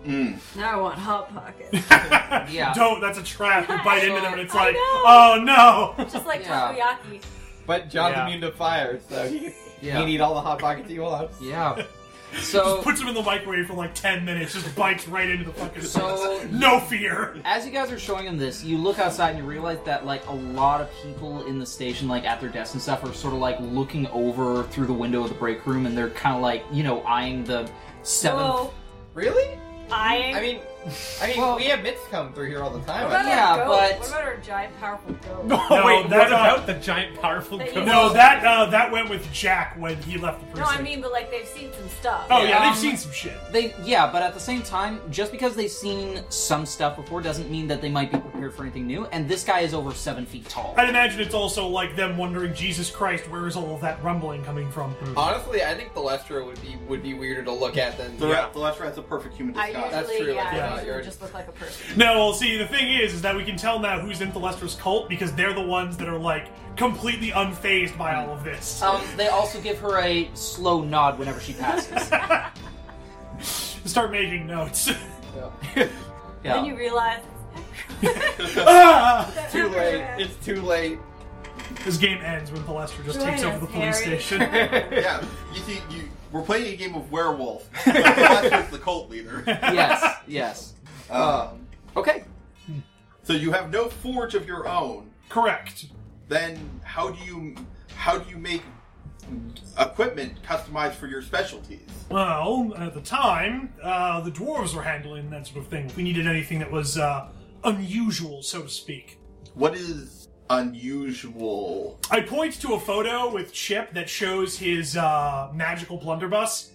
S2: [laughs]
S5: Now I want hot
S1: [laughs]
S5: pockets.
S1: Yeah.
S2: Don't, that's a trap. You bite into them, and it's
S5: I
S2: like,
S5: know.
S2: oh
S5: [laughs]
S2: no!
S5: Just like
S1: Yeah.
S5: takoyaki.
S3: But John's
S6: Yeah.
S3: immune to fire, [laughs] so you
S1: Yeah.
S3: need all the hot pockets you want.
S1: Yeah. So,
S2: Puts them in the microwave for like 10 minutes, just bites right into the fucking
S1: So-
S2: No fear!
S1: as you guys are showing him this, you look outside and you realize that, like, a lot of people in the station, like, at their desks and stuff, are sort of, like, looking over through the window of the break room, and they're kind of, like, you know, eyeing the seventh.
S5: Whoa.
S3: Really?
S5: I.
S3: I mean, I mean,
S1: Well-
S3: we have mitts come through here all the time.
S5: what about
S3: I-
S1: yeah,
S5: our goat?
S1: but-
S5: What about our giant, powerful goat?
S6: Oh,
S2: No,
S6: wait, what
S2: that, uh,
S6: about the giant, powerful
S5: that you-
S6: ghost?
S2: No, that uh, that went with Jack when he left the
S5: No,
S2: prison.
S5: I mean, but like they've seen some stuff.
S2: oh yeah,
S1: Um,
S2: they've seen some shit.
S1: They yeah, but at the same time, just because they've seen some stuff before doesn't mean that they might be prepared for anything new. And this guy is over seven feet tall.
S2: I'd imagine it's also like them wondering, Jesus Christ, where is all of that rumbling coming from?
S3: Honestly, I think the Lestra would be would be weirder to look at than
S4: The,
S3: yeah.
S4: the Lesser has a perfect human
S5: I
S4: disguise.
S5: usually,
S3: That's true, yeah,
S5: yeah, I usually
S3: you're-
S5: just look like a person.
S2: No, well, see, the thing is, is that we can tell now who's in Thelestra's cult because they're the ones that are like completely unfazed by all of this.
S1: [laughs] Um, they also give her a slow nod whenever she
S5: [laughs]
S1: passes.
S2: Start making notes. [laughs]
S5: Then
S1: Yeah.
S5: you realize
S2: Ah!
S5: it's
S3: too
S5: [laughs]
S3: late. It's too late.
S2: This game ends when Thelestra just takes over the police station.
S4: [laughs]
S5: [laughs]
S4: yeah, you see, you we're playing a game of werewolf. [laughs] Lester's the cult leader.
S1: yes. Yes.
S4: Um,
S1: Okay.
S4: so you have no forge of your own.
S2: Correct.
S4: Then how do you how do you make equipment customized for your specialties?
S2: Well, at the time, uh, the dwarves were handling that sort of thing. We needed anything that was uh, unusual, so to speak.
S4: What is unusual?
S2: I point to a photo with Chip that shows his uh, magical blunderbuss.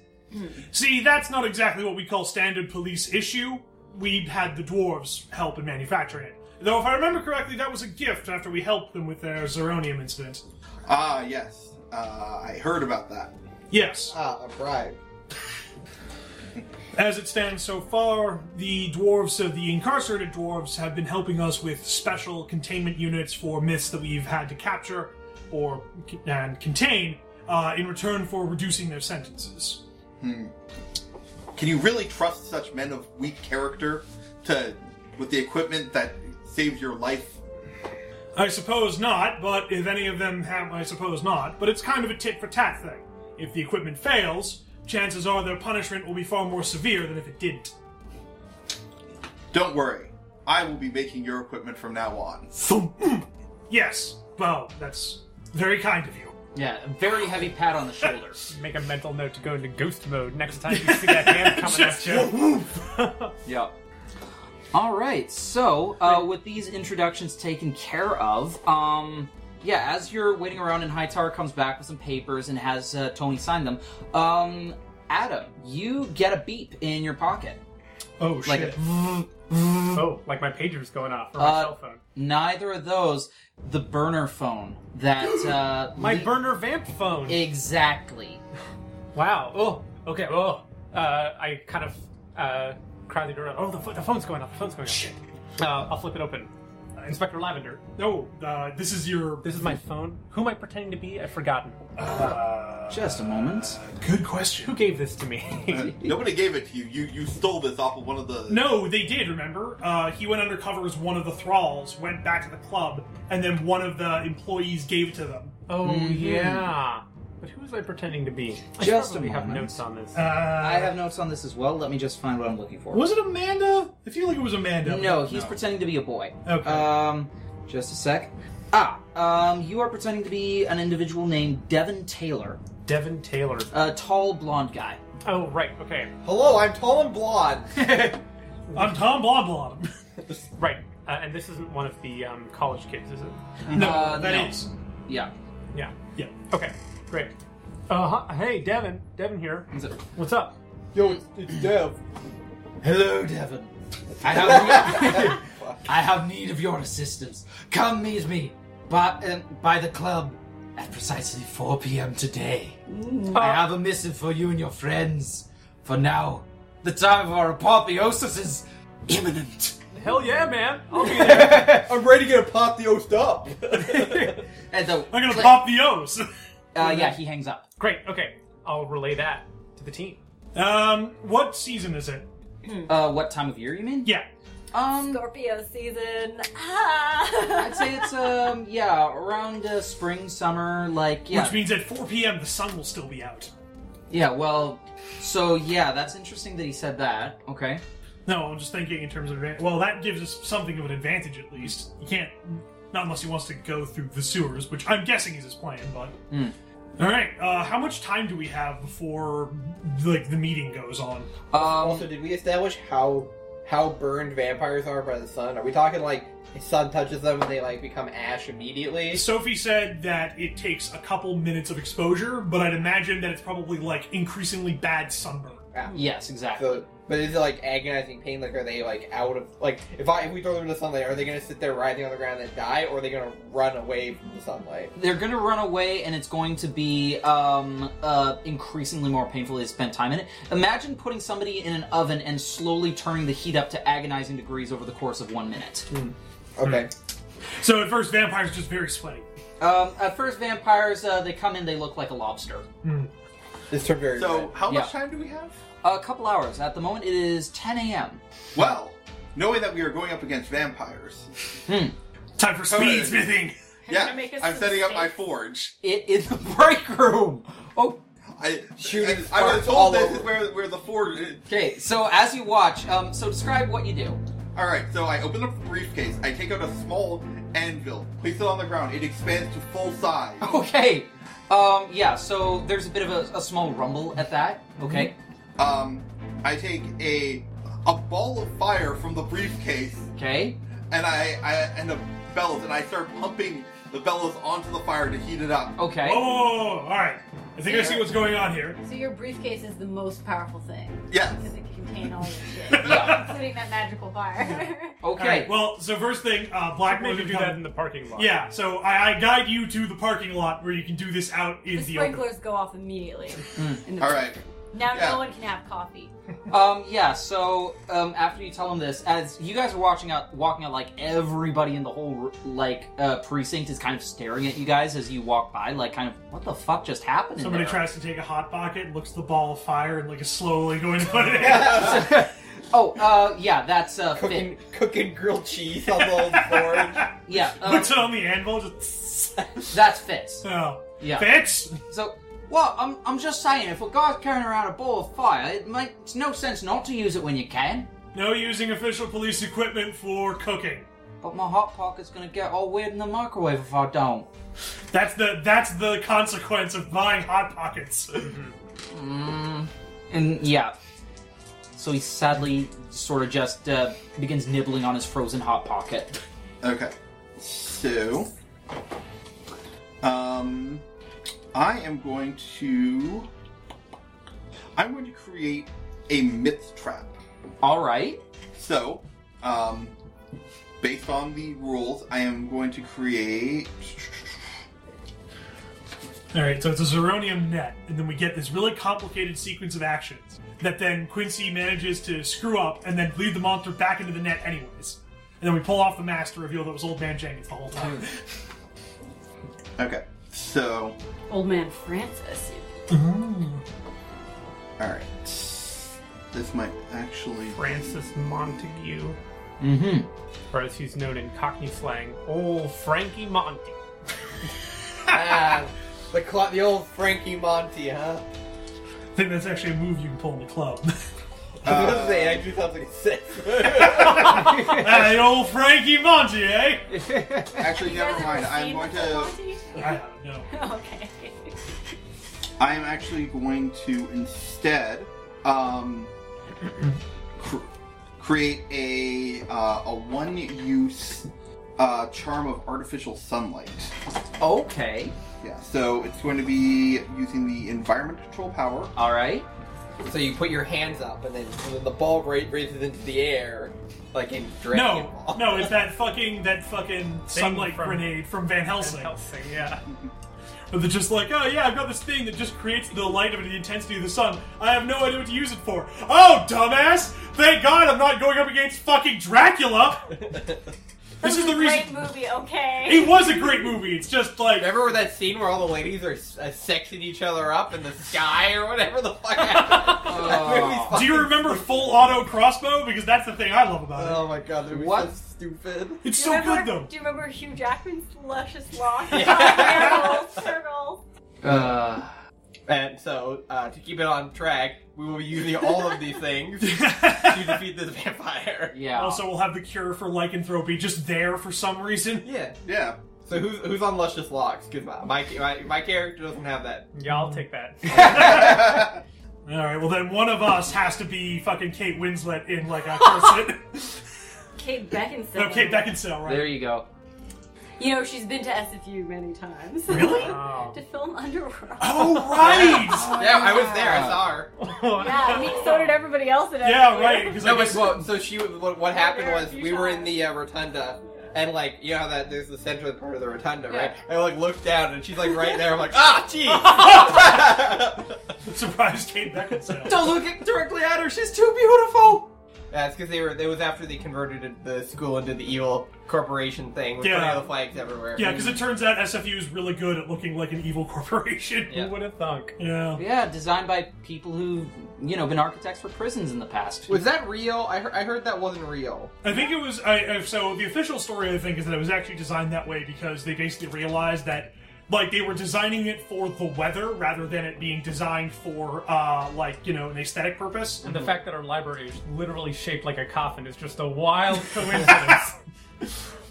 S2: See, that's not exactly what we call standard police issue. We had the dwarves help in manufacturing it. Though, if I remember correctly, that was a gift after we helped them with their Zeronium incident.
S4: Ah, yes, uh, I heard about that.
S2: Yes.
S3: Ah, a bribe.
S2: As it stands so far, the dwarves of the incarcerated dwarves have been helping us with special containment units for myths that we've had to capture or and contain uh, in return for reducing their sentences.
S4: Can you really trust such men of weak character to with the equipment that saves your life?
S2: I suppose not, but if any of them have, I suppose not, but it's kind of a tit for tat thing. If the equipment fails, chances are their punishment will be far more severe than if it didn't.
S4: Don't worry, I will be making your equipment from now
S3: [laughs]
S4: on. [laughs]
S2: Thump. Yes, well, that's very kind of you.
S1: Yeah. a Very heavy pat on the shoulder.
S6: Make a mental note to go into ghost mode next time you see that hand coming at
S1: [laughs]
S6: you.
S1: Yeah. All right. So, uh, with these introductions taken care of, um, yeah, as you're waiting around and Hightower comes back with some papers and has uh, Tony sign them, um, Adam, you get a beep in your pocket.
S2: Oh, shit.
S1: Like a
S6: Oh, like my pager's going off or my
S1: Uh,
S6: cell phone.
S1: Neither of those. The burner phone that uh,
S6: My
S1: le-
S6: burner vamp phone.
S1: exactly.
S6: Wow. Oh, okay. Oh, uh, I kind of uh, crowd the door. Oh, the, pho- the phone's going off. The phone's going off. Shit. Uh, I'll flip it open. Uh, Inspector Lavender,
S2: No, uh, this is your.
S6: this is my phone. Who am I pretending to be? I've forgotten.
S2: Uh,
S1: Just a moment.
S2: Good
S6: Who
S2: question.
S6: gave this to me? [laughs]
S4: Nobody gave it to you. You you stole this off of one of the.
S2: No, they did, remember? Uh, he went undercover as one of the thralls, went back to the club, and then one of the employees gave it to them.
S6: oh
S1: Mhm.
S6: yeah. But who was I pretending to be? I
S1: Just a
S6: probably have
S1: moment.
S6: notes on this.
S2: Uh,
S1: I have notes on this as well. Let me just find what I'm looking for.
S2: Was it Amanda? I feel like it was Amanda.
S1: No, he's pretending to be a boy.
S2: Okay.
S1: Um, just a sec. Ah, um, you are pretending to be an individual named Devin Taylor,
S6: Devin Taylor.
S1: a tall blonde guy.
S6: Oh right, okay.
S3: Hello, I'm tall and [laughs] blonde.
S2: I'm Tom Blomblom.
S6: Right. Uh, and this isn't one of the um, college kids, is it?
S2: no,
S1: Uh,
S2: that
S1: no.
S2: is-
S1: Yeah.
S6: Yeah.
S2: [laughs] Yeah.
S6: Okay. Great. Uh huh. Hey, Devin. Devin here.
S1: Is it-
S6: What's up?
S3: Yo, it's, it's Dev.
S1: Hello, Devin. I have [laughs] need, I have need of your assistance. Come meet me by um, by the club at precisely 4 p.m. today. I have a missive for you and your friends. For now, the time of our apotheosis is imminent.
S6: Hell yeah, man. I'll be there.
S3: I'm ready to get a pop the oast up.
S1: And the,
S2: I'm gonna pop the O's. [laughs]
S1: Uh, yeah, he hangs up.
S6: Great. Okay. I'll relay that to the team.
S2: Um, what season is it?
S1: Uh, what time of year you mean?
S2: Yeah.
S1: Um,
S5: Scorpio season. [laughs] Ah.
S1: I'd say it's um, yeah, around uh, spring, summer, like yeah,
S2: Which means at 4 p.m. the sun will still be out.
S1: yeah. Well, so yeah, that's interesting that he said that. Okay.
S2: No, I'm just thinking in terms of advan- well, that gives us something of an advantage at least. You can't, not unless he wants to go through the sewers, which I'm guessing is his plan. But all right, uh, how much time do we have before like the meeting goes on?
S1: Um,
S3: also, did we establish how how burned vampires are by the sun? Are we talking like the sun touches them and they like become ash immediately?
S2: Sophie said that it takes a couple minutes of exposure, but I'd imagine that it's probably like increasingly bad sunburn.
S1: yes, exactly.
S3: So, but is it like agonizing pain? Like, are they like out of like if I if we throw them into sunlight, are they gonna sit there writhing on the ground and die, or are they gonna run away from the sunlight?
S1: They're gonna run away, and it's going to be um, uh, increasingly more painful as they spend time in it. Imagine putting somebody in an oven and slowly turning the heat up to agonizing degrees over the course of one minute.
S2: Hmm.
S3: Okay,
S2: So at first, vampires are just very sweaty.
S1: Um, at first, vampires uh, they come in, they look like a lobster.
S3: this turned very
S4: So how
S1: Yeah.
S4: much time do we have?
S1: A couple hours. At the moment, it is 10 a.m.
S4: Well, knowing that we are going up against vampires,
S2: Time for speed
S4: Okay.
S2: smithing.
S4: yeah,
S5: gonna make us
S4: I'm
S5: some
S4: setting up my
S5: steak.
S4: forge.
S1: It in the [laughs] break room. Oh,
S4: I
S3: Shooting
S4: I, I
S3: sparks
S4: was
S3: all
S4: told this
S3: over.
S4: is where where the forge. Is.
S1: okay. So as you watch, um, so describe what you do. [laughs]
S4: All right, so I open up the briefcase. I take out a small anvil, place it on the ground. It expands to full size.
S3: Oh.
S1: Okay. Um, yeah. So there's a bit of a, a small rumble at that. Okay.
S4: Um, I take a a ball of fire from the briefcase,
S2: Mm-hmm.
S1: Okay.
S4: and I, I and a bellows, and I start pumping the bellows onto the fire to heat it up.
S1: Okay.
S2: Oh, all right. I think I see what's going on here.
S5: So your briefcase is the most powerful thing
S4: Yes.
S5: because it can contain all your shit,
S1: Yeah.
S5: including that magical [laughs] fire.
S2: All right,
S1: Okay.
S2: well, so first thing, uh, Black
S6: Maybe
S2: Maybe
S6: do that in the parking lot.
S2: Yeah, so I, I guide you to the parking lot where you can do this out in
S5: the
S2: the open.
S5: sprinklers go off immediately. in the-
S4: All right.
S5: Now
S4: Yeah.
S5: no one can have coffee.
S1: Um, yeah. So um, after you tell him this, as you guys are watching out, walking out, like everybody in the whole like uh, precinct is kind of staring at you guys as you walk by, like kind of what the fuck just happened? in
S2: Somebody
S1: there?"
S2: tries to take a hot pocket, looks at the ball of fire, and like is slowly going to
S1: [laughs]
S2: put it in.
S1: Oh, uh, yeah. That's uh,
S3: cooking
S1: Finn.
S3: cooking grilled cheese on the old
S2: [laughs]
S3: forge.
S1: Yeah. Um,
S2: Puts it on the anvil. Just [laughs]
S1: that's Fitz.
S2: oh.
S1: Yeah.
S2: Fits.
S1: So, well, I'm, I'm just saying, if a guy's carrying around a ball of fire, it makes no sense not to use it when you can.
S2: No using official police equipment for cooking.
S1: But my hot pocket's gonna get all weird in the microwave if I don't.
S2: That's the that's the consequence of buying hot pockets. [laughs]
S1: Mm, And yeah. So he sadly sort of just uh, begins nibbling on his frozen hot pocket.
S4: Okay. So, um, I am going to. I'm going to create a myth trap.
S1: All right.
S4: So, um, based on the rules, I am going to create.
S2: All right, so it's a Zeronium net, and then we get this really complicated sequence of actions that then Quincy manages to screw up and then lead the monster back into the net, anyways. And then we pull off the mask to reveal that it was Old Man Jenkins the whole time.
S4: Okay. So,
S5: Old man Francis.
S4: All right. This might actually.
S6: Francis Montague,
S1: Mm-hmm.
S6: or as he's known in Cockney slang, old Frankie Monty.
S3: ah, Uh. the cl- the old Frankie Monty, huh?
S2: [laughs] I think that's actually a move you can pull in the club.
S3: [laughs]
S2: [laughs]
S3: I was gonna say, I do something sick.
S2: hey, old Frankie Monty, eh?
S4: Actually,
S5: You
S4: never
S5: guys ever
S4: mind. I'm
S5: seen
S4: going to.
S5: Monty?
S2: I don't know.
S5: Okay.
S4: I am actually going to instead um, cr- create a uh, a one use uh, charm of artificial sunlight.
S1: Okay.
S4: Yeah, so it's going to be using the environment control power.
S1: All right.
S3: so you put your hands up, and then, and then the ball ra- raises into the air, like in Dragon
S2: No,
S3: Ball.
S2: no, it's that fucking that fucking sunlight
S6: from-
S2: grenade from Van Helsing.
S6: Van Helsing, [laughs] yeah.
S2: But they're just like, oh yeah, I've got this thing that just creates the light of the intensity of the sun. I have no idea what to use it for. Oh, dumbass! Thank God I'm not going up against fucking
S5: [laughs]
S2: Dracula. this is the
S5: Great
S2: reason.
S5: movie, okay?
S2: It was a great movie. It's just like
S3: Remember that scene where all the ladies are s- uh, sexing each other up in the sky or whatever the fuck happened?
S2: [laughs]
S3: [laughs] That movie's
S1: Oh.
S2: Do you
S3: fucking-
S2: remember Full Auto Crossbow? Because that's the thing I love about it.
S3: Oh my god, that was
S1: What?
S3: so stupid.
S2: It's
S5: Do
S2: so
S5: you remember-
S2: good though.
S5: Do you remember Hugh Jackman's
S2: [laughs]
S5: luscious Oh, locks?
S3: Yeah.
S5: Animals, turtles.
S1: Uh,
S3: And so, uh, to keep it on track, we will be using all of
S2: [laughs]
S3: these things to defeat this vampire.
S1: yeah.
S2: also, we'll have the cure for lycanthropy just there for some reason.
S3: Yeah.
S4: Yeah.
S3: So who's who's on luscious locks? Because my, my my my character doesn't have that.
S6: Yeah, I'll take [laughs] that.
S2: All right. Well, then one of us has to be fucking Kate Winslet in like
S5: [laughs]
S2: a corset. [laughs]
S5: Kate Beckinsale.
S2: no, Kate Beckinsale, right?
S1: There you go.
S5: You know, she's been to SFU many times.
S6: Wow.
S5: [laughs] to film Underworld.
S2: Oh
S3: [laughs]
S2: right.
S3: Yeah, I was there. I saw her.
S5: Yeah, I mean, so did everybody else at
S2: yeah,
S5: [laughs] SFU.
S2: right. Because
S3: No, but well, so she what, what happened was we were in the uh, rotunda.
S5: Yeah.
S3: And like you know how that there's the central part of the rotunda,
S1: Yeah.
S3: right? I like looked down and she's like right there. I'm [laughs] like, ah,
S2: [laughs]
S3: jeez.
S2: surprised Kate [laughs] Beckinsale.
S3: [laughs] Don't look at- directly at her. She's too beautiful. That's because they were. It was after they converted the school into the evil corporation thing with
S2: Yeah.
S3: putting all the flags everywhere.
S2: Yeah, because it turns out SFU is really good at looking like an evil [laughs] corporation.
S3: Yeah.
S6: Who would have thunk?
S2: Yeah.
S1: Yeah, designed by people who, you know, been architects for prisons in the past.
S3: was that real? I, heard, I heard that wasn't [laughs] real.
S2: I think it was. I, I, so the official story, I think, is that it was actually designed that way because they basically realized that, like, they were designing it for the weather rather than it being designed for, uh, like, you know, an aesthetic purpose.
S6: And the fact that our library is literally shaped like a coffin is just a [laughs] wild coincidence.
S2: Mm-hmm.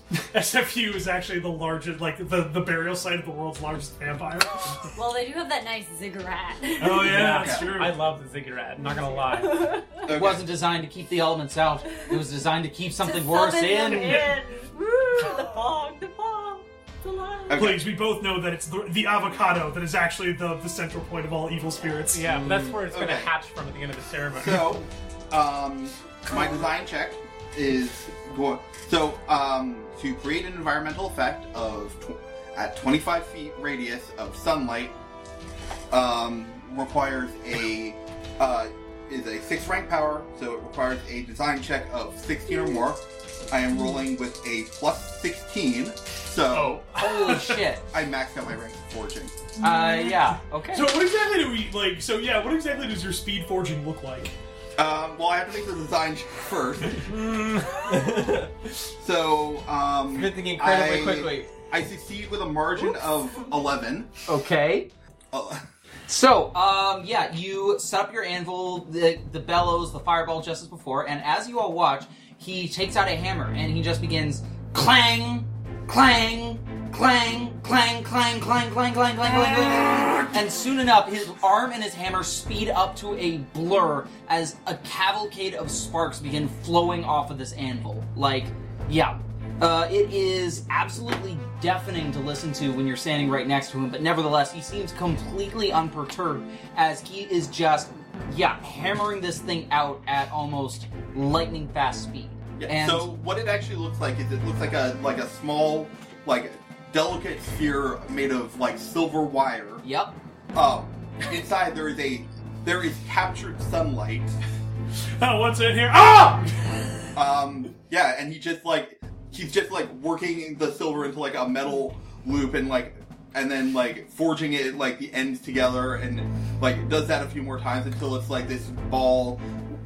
S2: [laughs] SFU is actually the largest, like, the, the burial site of the world's largest vampire. oh
S5: Well, they do have that nice ziggurat. [laughs]
S2: [laughs] yeah,
S6: Yeah.
S2: that's true.
S6: I love the ziggurat, not gonna lie.
S4: Okay.
S1: It wasn't designed to keep the elements out. It was designed to keep something
S5: To
S1: worse
S5: summon
S1: in.
S5: them Woo, the fog, the fog, the light.
S4: Okay.
S2: Please, we both know that it's the, the avocado that is actually the, the central point of all evil spirits.
S6: Yeah, but that's where it's gonna
S4: Okay.
S6: hatch from at the end of the ceremony.
S4: So, um, my design check is go- so um, to create an environmental effect of tw- at 25 feet radius of sunlight um, requires a uh, is a six rank power, so it requires a design check of 16 or more. I am rolling with a plus 16, so
S3: Oh.
S1: Holy shit.
S4: I maxed out my rank of fortune.
S1: Uh, yeah. Okay.
S2: So what exactly do we like? So yeah, what exactly does your speed forging look like?
S4: Um, well, I have to make the design check first. So, um.
S3: Thinking incredibly
S4: I-
S3: quickly.
S4: I succeed with a margin of 11.
S1: Okay.
S4: Uh,
S1: So, um, yeah, you set up your anvil, the, the bellows, the fireball just as before, and as you all watch, he takes out a hammer and he just begins clang, clang, clang, clang, clang, clang, clang, clang, clang, clang, clang. And soon enough, his arm and his hammer speed up to a blur as a cavalcade of sparks begin flowing off of this anvil. Like, yeah. Uh, it is absolutely deafening to listen to when you're standing right next to him, but nevertheless, he seems completely unperturbed as he is just, yeah, hammering this thing out at almost lightning fast speed.
S4: yeah,
S1: And
S4: So what it actually looks like is it looks like a like a small, like delicate sphere made of like silver wire.
S1: yep,
S4: Um, inside there is a there is captured sunlight.
S2: Oh, what's in here? Ah!
S4: Um, yeah, and he just like he's just like working the silver into like a metal loop and like and then like forging it like the ends together and like does that a few more times until it's like this ball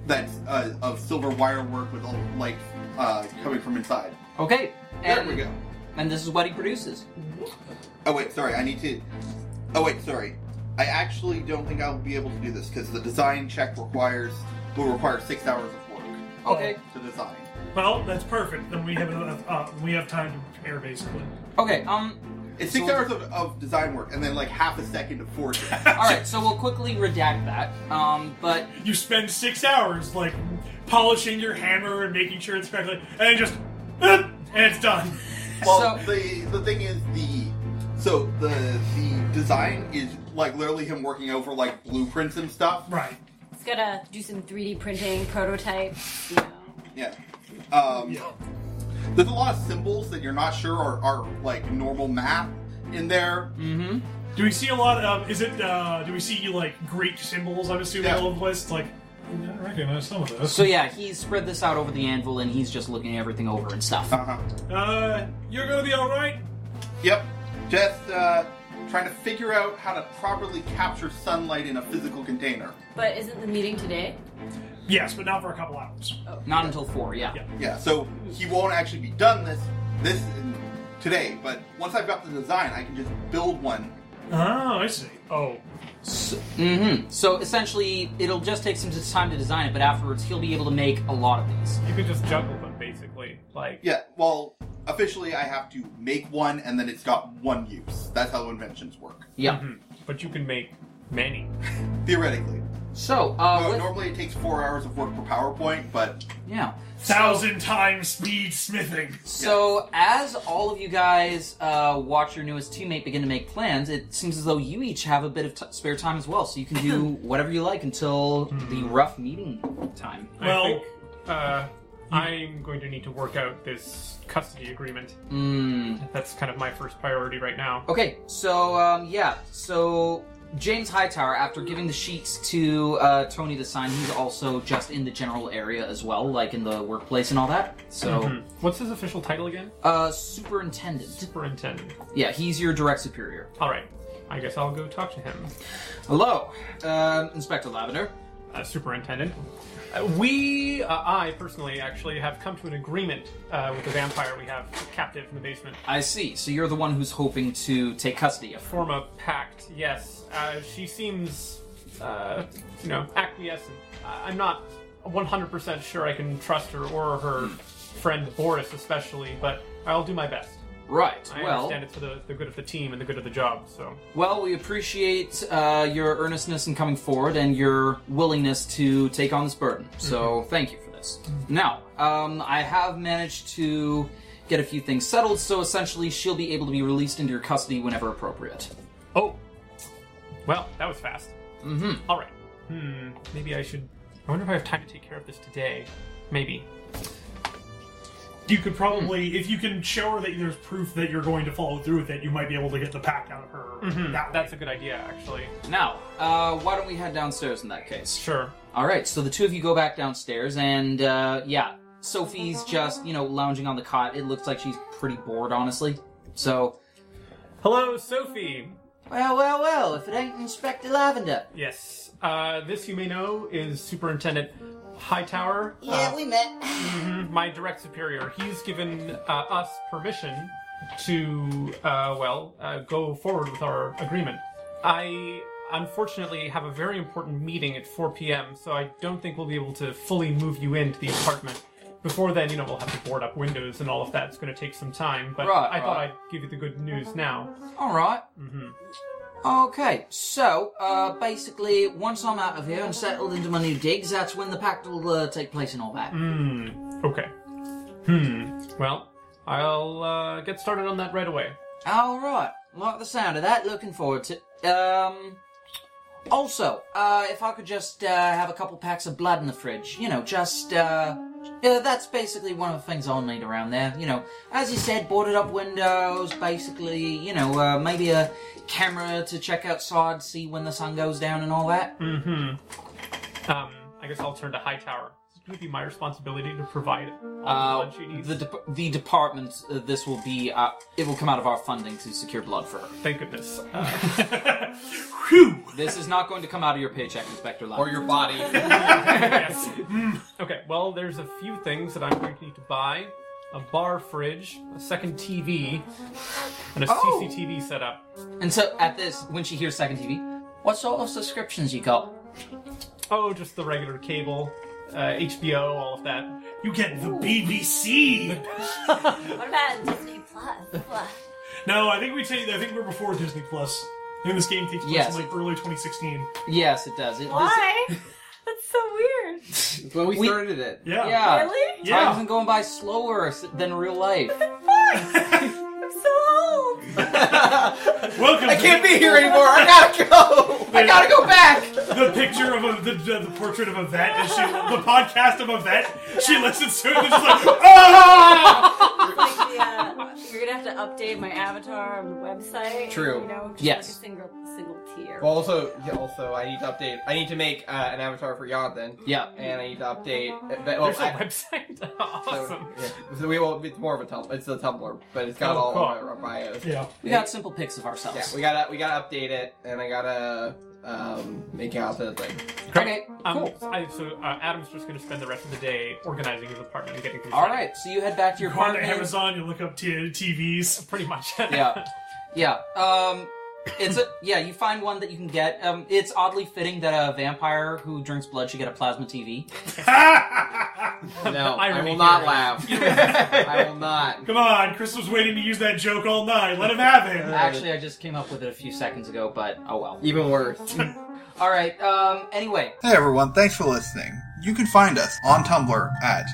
S4: that's uh, of silver wire work with like uh, coming from inside.
S1: Okay.
S4: There
S1: And,
S4: we go.
S1: And this is what he produces.
S4: Oh wait, sorry. I need to. Oh wait, sorry. I actually don't think I'll be able to do this because the design check requires will require six hours of work
S1: Okay.
S4: to design.
S2: Well, that's perfect. Then we have enough. Uh, we have time to prepare, basically.
S1: Okay. Um.
S4: It's six
S1: So-
S4: hours of, of design work and then like half a second of forging.
S1: [laughs] All right. So we'll quickly redact that. Um. But
S2: You spend six hours like polishing your hammer and making sure it's correctly, and then just [laughs] uh, and it's done.
S4: Well,
S1: So-
S4: the the thing is the so the the design is like literally him working over like blueprints and stuff.
S2: Right.
S5: It's gonna do some 3D printing, prototype, you know.
S4: Yeah. Um, There's a lot of symbols that you're not sure are, are like normal math in there.
S2: Do we see a lot of? Is it? Uh, do we see like Greek symbols? I'm assuming
S4: Yeah.
S2: all over the place. It's like I recognize some of this.
S1: so yeah, he spread this out over the anvil, and he's just looking everything over and stuff.
S4: Uh huh.
S2: Uh, you're gonna be all right.
S4: Yep. Just uh, trying to figure out how to properly capture sunlight in a physical container.
S5: But isn't the meeting today?
S2: Yes, but not for a couple hours.
S1: Not until four. Yeah.
S2: Yeah.
S4: Uh, Yeah. So he won't actually be done this this today, but once I've got the design, I can just build one.
S2: Oh, I see.
S6: Oh,
S1: So, hmm so essentially, it'll just take some time to design it, but afterwards he'll be able to make a lot of these.
S6: you could just juggle them basically. Like
S4: Yeah, well, officially I have to make one and then it's got one use. That's how inventions work.
S1: Yeah.
S6: mhm, but you can make many.
S4: Theoretically.
S1: So uh,
S4: Uh,
S1: with-
S4: normally it takes four hours of work per PowerPoint, but
S1: yeah.
S2: Thousand times speed smithing.
S1: So as all of you guys uh, watch your newest teammate begin to make plans, it seems as though you each have a bit of t- spare time as well, so you can do [laughs] whatever you like until the rough meeting time.
S2: Well-
S6: I think, uh, I'm going to need to work out this custody agreement.
S1: Mm.
S6: That's kind of my first priority right now.
S1: Okay, so um, yeah, so James Hightower, after giving the sheets to uh, Tony to sign, he's also just in the general area as well, like in the workplace and all that. So
S6: Mhm. What's his official title again?
S1: uh, superintendent.
S6: Superintendent.
S1: Yeah, he's your direct superior.
S6: All right. I guess I'll go talk to him.
S1: Hello, um, Inspector Lavender.
S6: uh, superintendent. Uh, we, uh, I personally, actually have come to an agreement uh, with the vampire we have captive in the basement.
S1: I see. So you're the one who's hoping to take custody of.
S6: Form a pact. Yes, uh, she seems, uh, you know, acquiescent. I- I'm not 100% sure I can trust her or her friend Boris, especially, but I'll do my best.
S1: Right.
S6: I
S1: well,
S6: understand it's for the, the good of the team and the good of the job. So,
S1: well, we appreciate uh, your earnestness in coming forward and your willingness to take on this burden. So thank you for this. Now, um, I have managed to get a few things settled. So essentially, she'll be able to be released into your custody whenever appropriate.
S6: oh, well, that was fast.
S1: Mm-hmm.
S6: All right. Hmm. Maybe I should. I wonder if I have time to take care of this today. Maybe.
S2: You could probably, if you can show her that there's proof that you're going to follow through with it, you might be able to get the pack out of her. That
S6: That's
S2: way.
S6: a good idea, actually.
S1: Now, uh, why don't we head downstairs in that case?
S6: Sure.
S1: All right, so the two of you go back downstairs, and uh, yeah, Sophie's just you know lounging on the cot. It looks like she's pretty bored, honestly. So,
S6: Hello, Sophie.
S1: well, well, well, if it ain't Inspector Lavender.
S6: Yes. Uh, this you may know is Superintendent Hightower. Yeah, we met. [laughs] my direct superior. He's given uh, us permission to, uh, well, uh, go forward with our agreement. I unfortunately have a very important meeting at 4 p.m., so I don't think we'll be able to fully move you into the apartment. Before then, you know, we'll have to board up windows and all of that. It's going to take some time, but
S1: Right,
S6: I thought
S1: right.
S6: I'd give you the good news now.
S1: All right.
S6: Mhm.
S1: Okay, so uh, basically, once I'm out of here and settled into my new digs, that's when the pact will uh, take place and all that.
S6: Hmm. Okay. Hmm. Well, I'll uh, get started on that right away.
S1: All right, like the sound of that. Looking forward to. Um. Also, uh, if I could just uh, have a couple packs of blood in the fridge, you know, just uh, yeah, that's basically one of the things I'll need around there. You know, as you said, boarded up windows, basically, you know, uh, maybe a camera to check outside, see when the sun goes down, and all that.
S6: Mm-hmm. Um, I guess I'll turn to Hightower. It would be my responsibility to provide all the
S1: Uh,
S6: blood she needs.
S1: the dep the department. Uh, this will be. Uh, it will come out of our funding to secure blood for her.
S6: Thank goodness. Uh,
S2: Whew!
S1: This is not going to come out of your paycheck, Inspector. Lab.
S7: Or your body.
S6: yes. Okay, well, there's a few things that I'm going to need to buy a bar fridge, a second TV, and a
S1: Oh.
S6: CCTV setup.
S1: And so at this, when she hears second TV, what sort of subscriptions you got?
S6: Oh, just the regular cable, uh, HBO, all of that.
S2: You get the BBC.
S5: What about Disney [laughs] Plus? Plus?
S2: No, I think we take. I think we're before Disney Plus. I think this game takes place
S1: Yes.
S2: in like early 2016.
S1: Yes, it does. It, this-
S5: Why? [laughs] That's so weird.
S3: That's [laughs] when we,
S1: We-
S3: started it.
S2: Yeah.
S1: yeah.
S5: Really?
S2: Yeah.
S1: Time isn't going by slower s- than real life.
S5: I'm so old. [laughs]
S2: Welcome.
S3: I
S2: to
S3: can't be here anymore. I gotta go. I gotta go back.
S2: The picture of a, the, the, the portrait of a vet. As she, the podcast of a vet. She listens to it and she's like, "Oh!" ah!
S5: Like the, uh, you're gonna have to update my avatar on the website.
S3: True.
S5: You know, just
S1: Yes.
S5: like a single single tier.
S3: Well, also, yeah, also, I need to update. I need to make uh, an avatar for Yod then,
S1: Yeah.
S3: and I need to update. Uh,
S1: Oh,
S3: that- well,
S6: There's a
S3: I-
S6: website. [laughs] awesome.
S3: So, yeah. So we will. It's more of a tumblr. It's the Tumblr, but it's got
S6: Oh,
S3: all
S6: cool.
S3: of our, our bios.
S2: yeah.
S1: We got simple pics of
S3: Yeah,
S1: ourselves.
S3: we gotta we gotta update it, and I gotta um, make out the thing.
S6: [laughs]
S1: Okay,
S6: Um,
S1: cool.
S6: I, so uh, Adam's just going to spend the rest of the day organizing his apartment and getting things
S1: All
S6: ready.
S1: right, so you head back to your
S2: Go on to
S1: apartment.
S2: Amazon. You look up t- TVs.
S6: Pretty much.
S1: Yeah, yeah. Um, it's a yeah. You find one that you can get. Um, it's oddly fitting that a vampire who drinks blood should get a plasma TV.
S3: No, I
S6: irony
S3: will not
S6: here.
S3: laugh.
S6: [laughs]
S3: I will not.
S2: Come on, Chris was waiting to use that joke all night. Let him have it.
S1: Actually, I just came up with it a few seconds ago, but oh well.
S3: Even worse.
S1: All right. Um. Anyway,
S4: Hey everyone, thanks for listening. You can find us on Tumblr at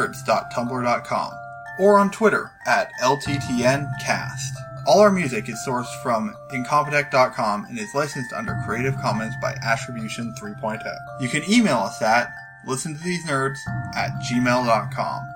S4: listentothesenerds.tumblr.com or on Twitter at LTTNcast. All our music is sourced from incompetech.com and is licensed under Creative Commons by oh. Attribution 3.0. You can email us at listentothesenerds at gmail.com.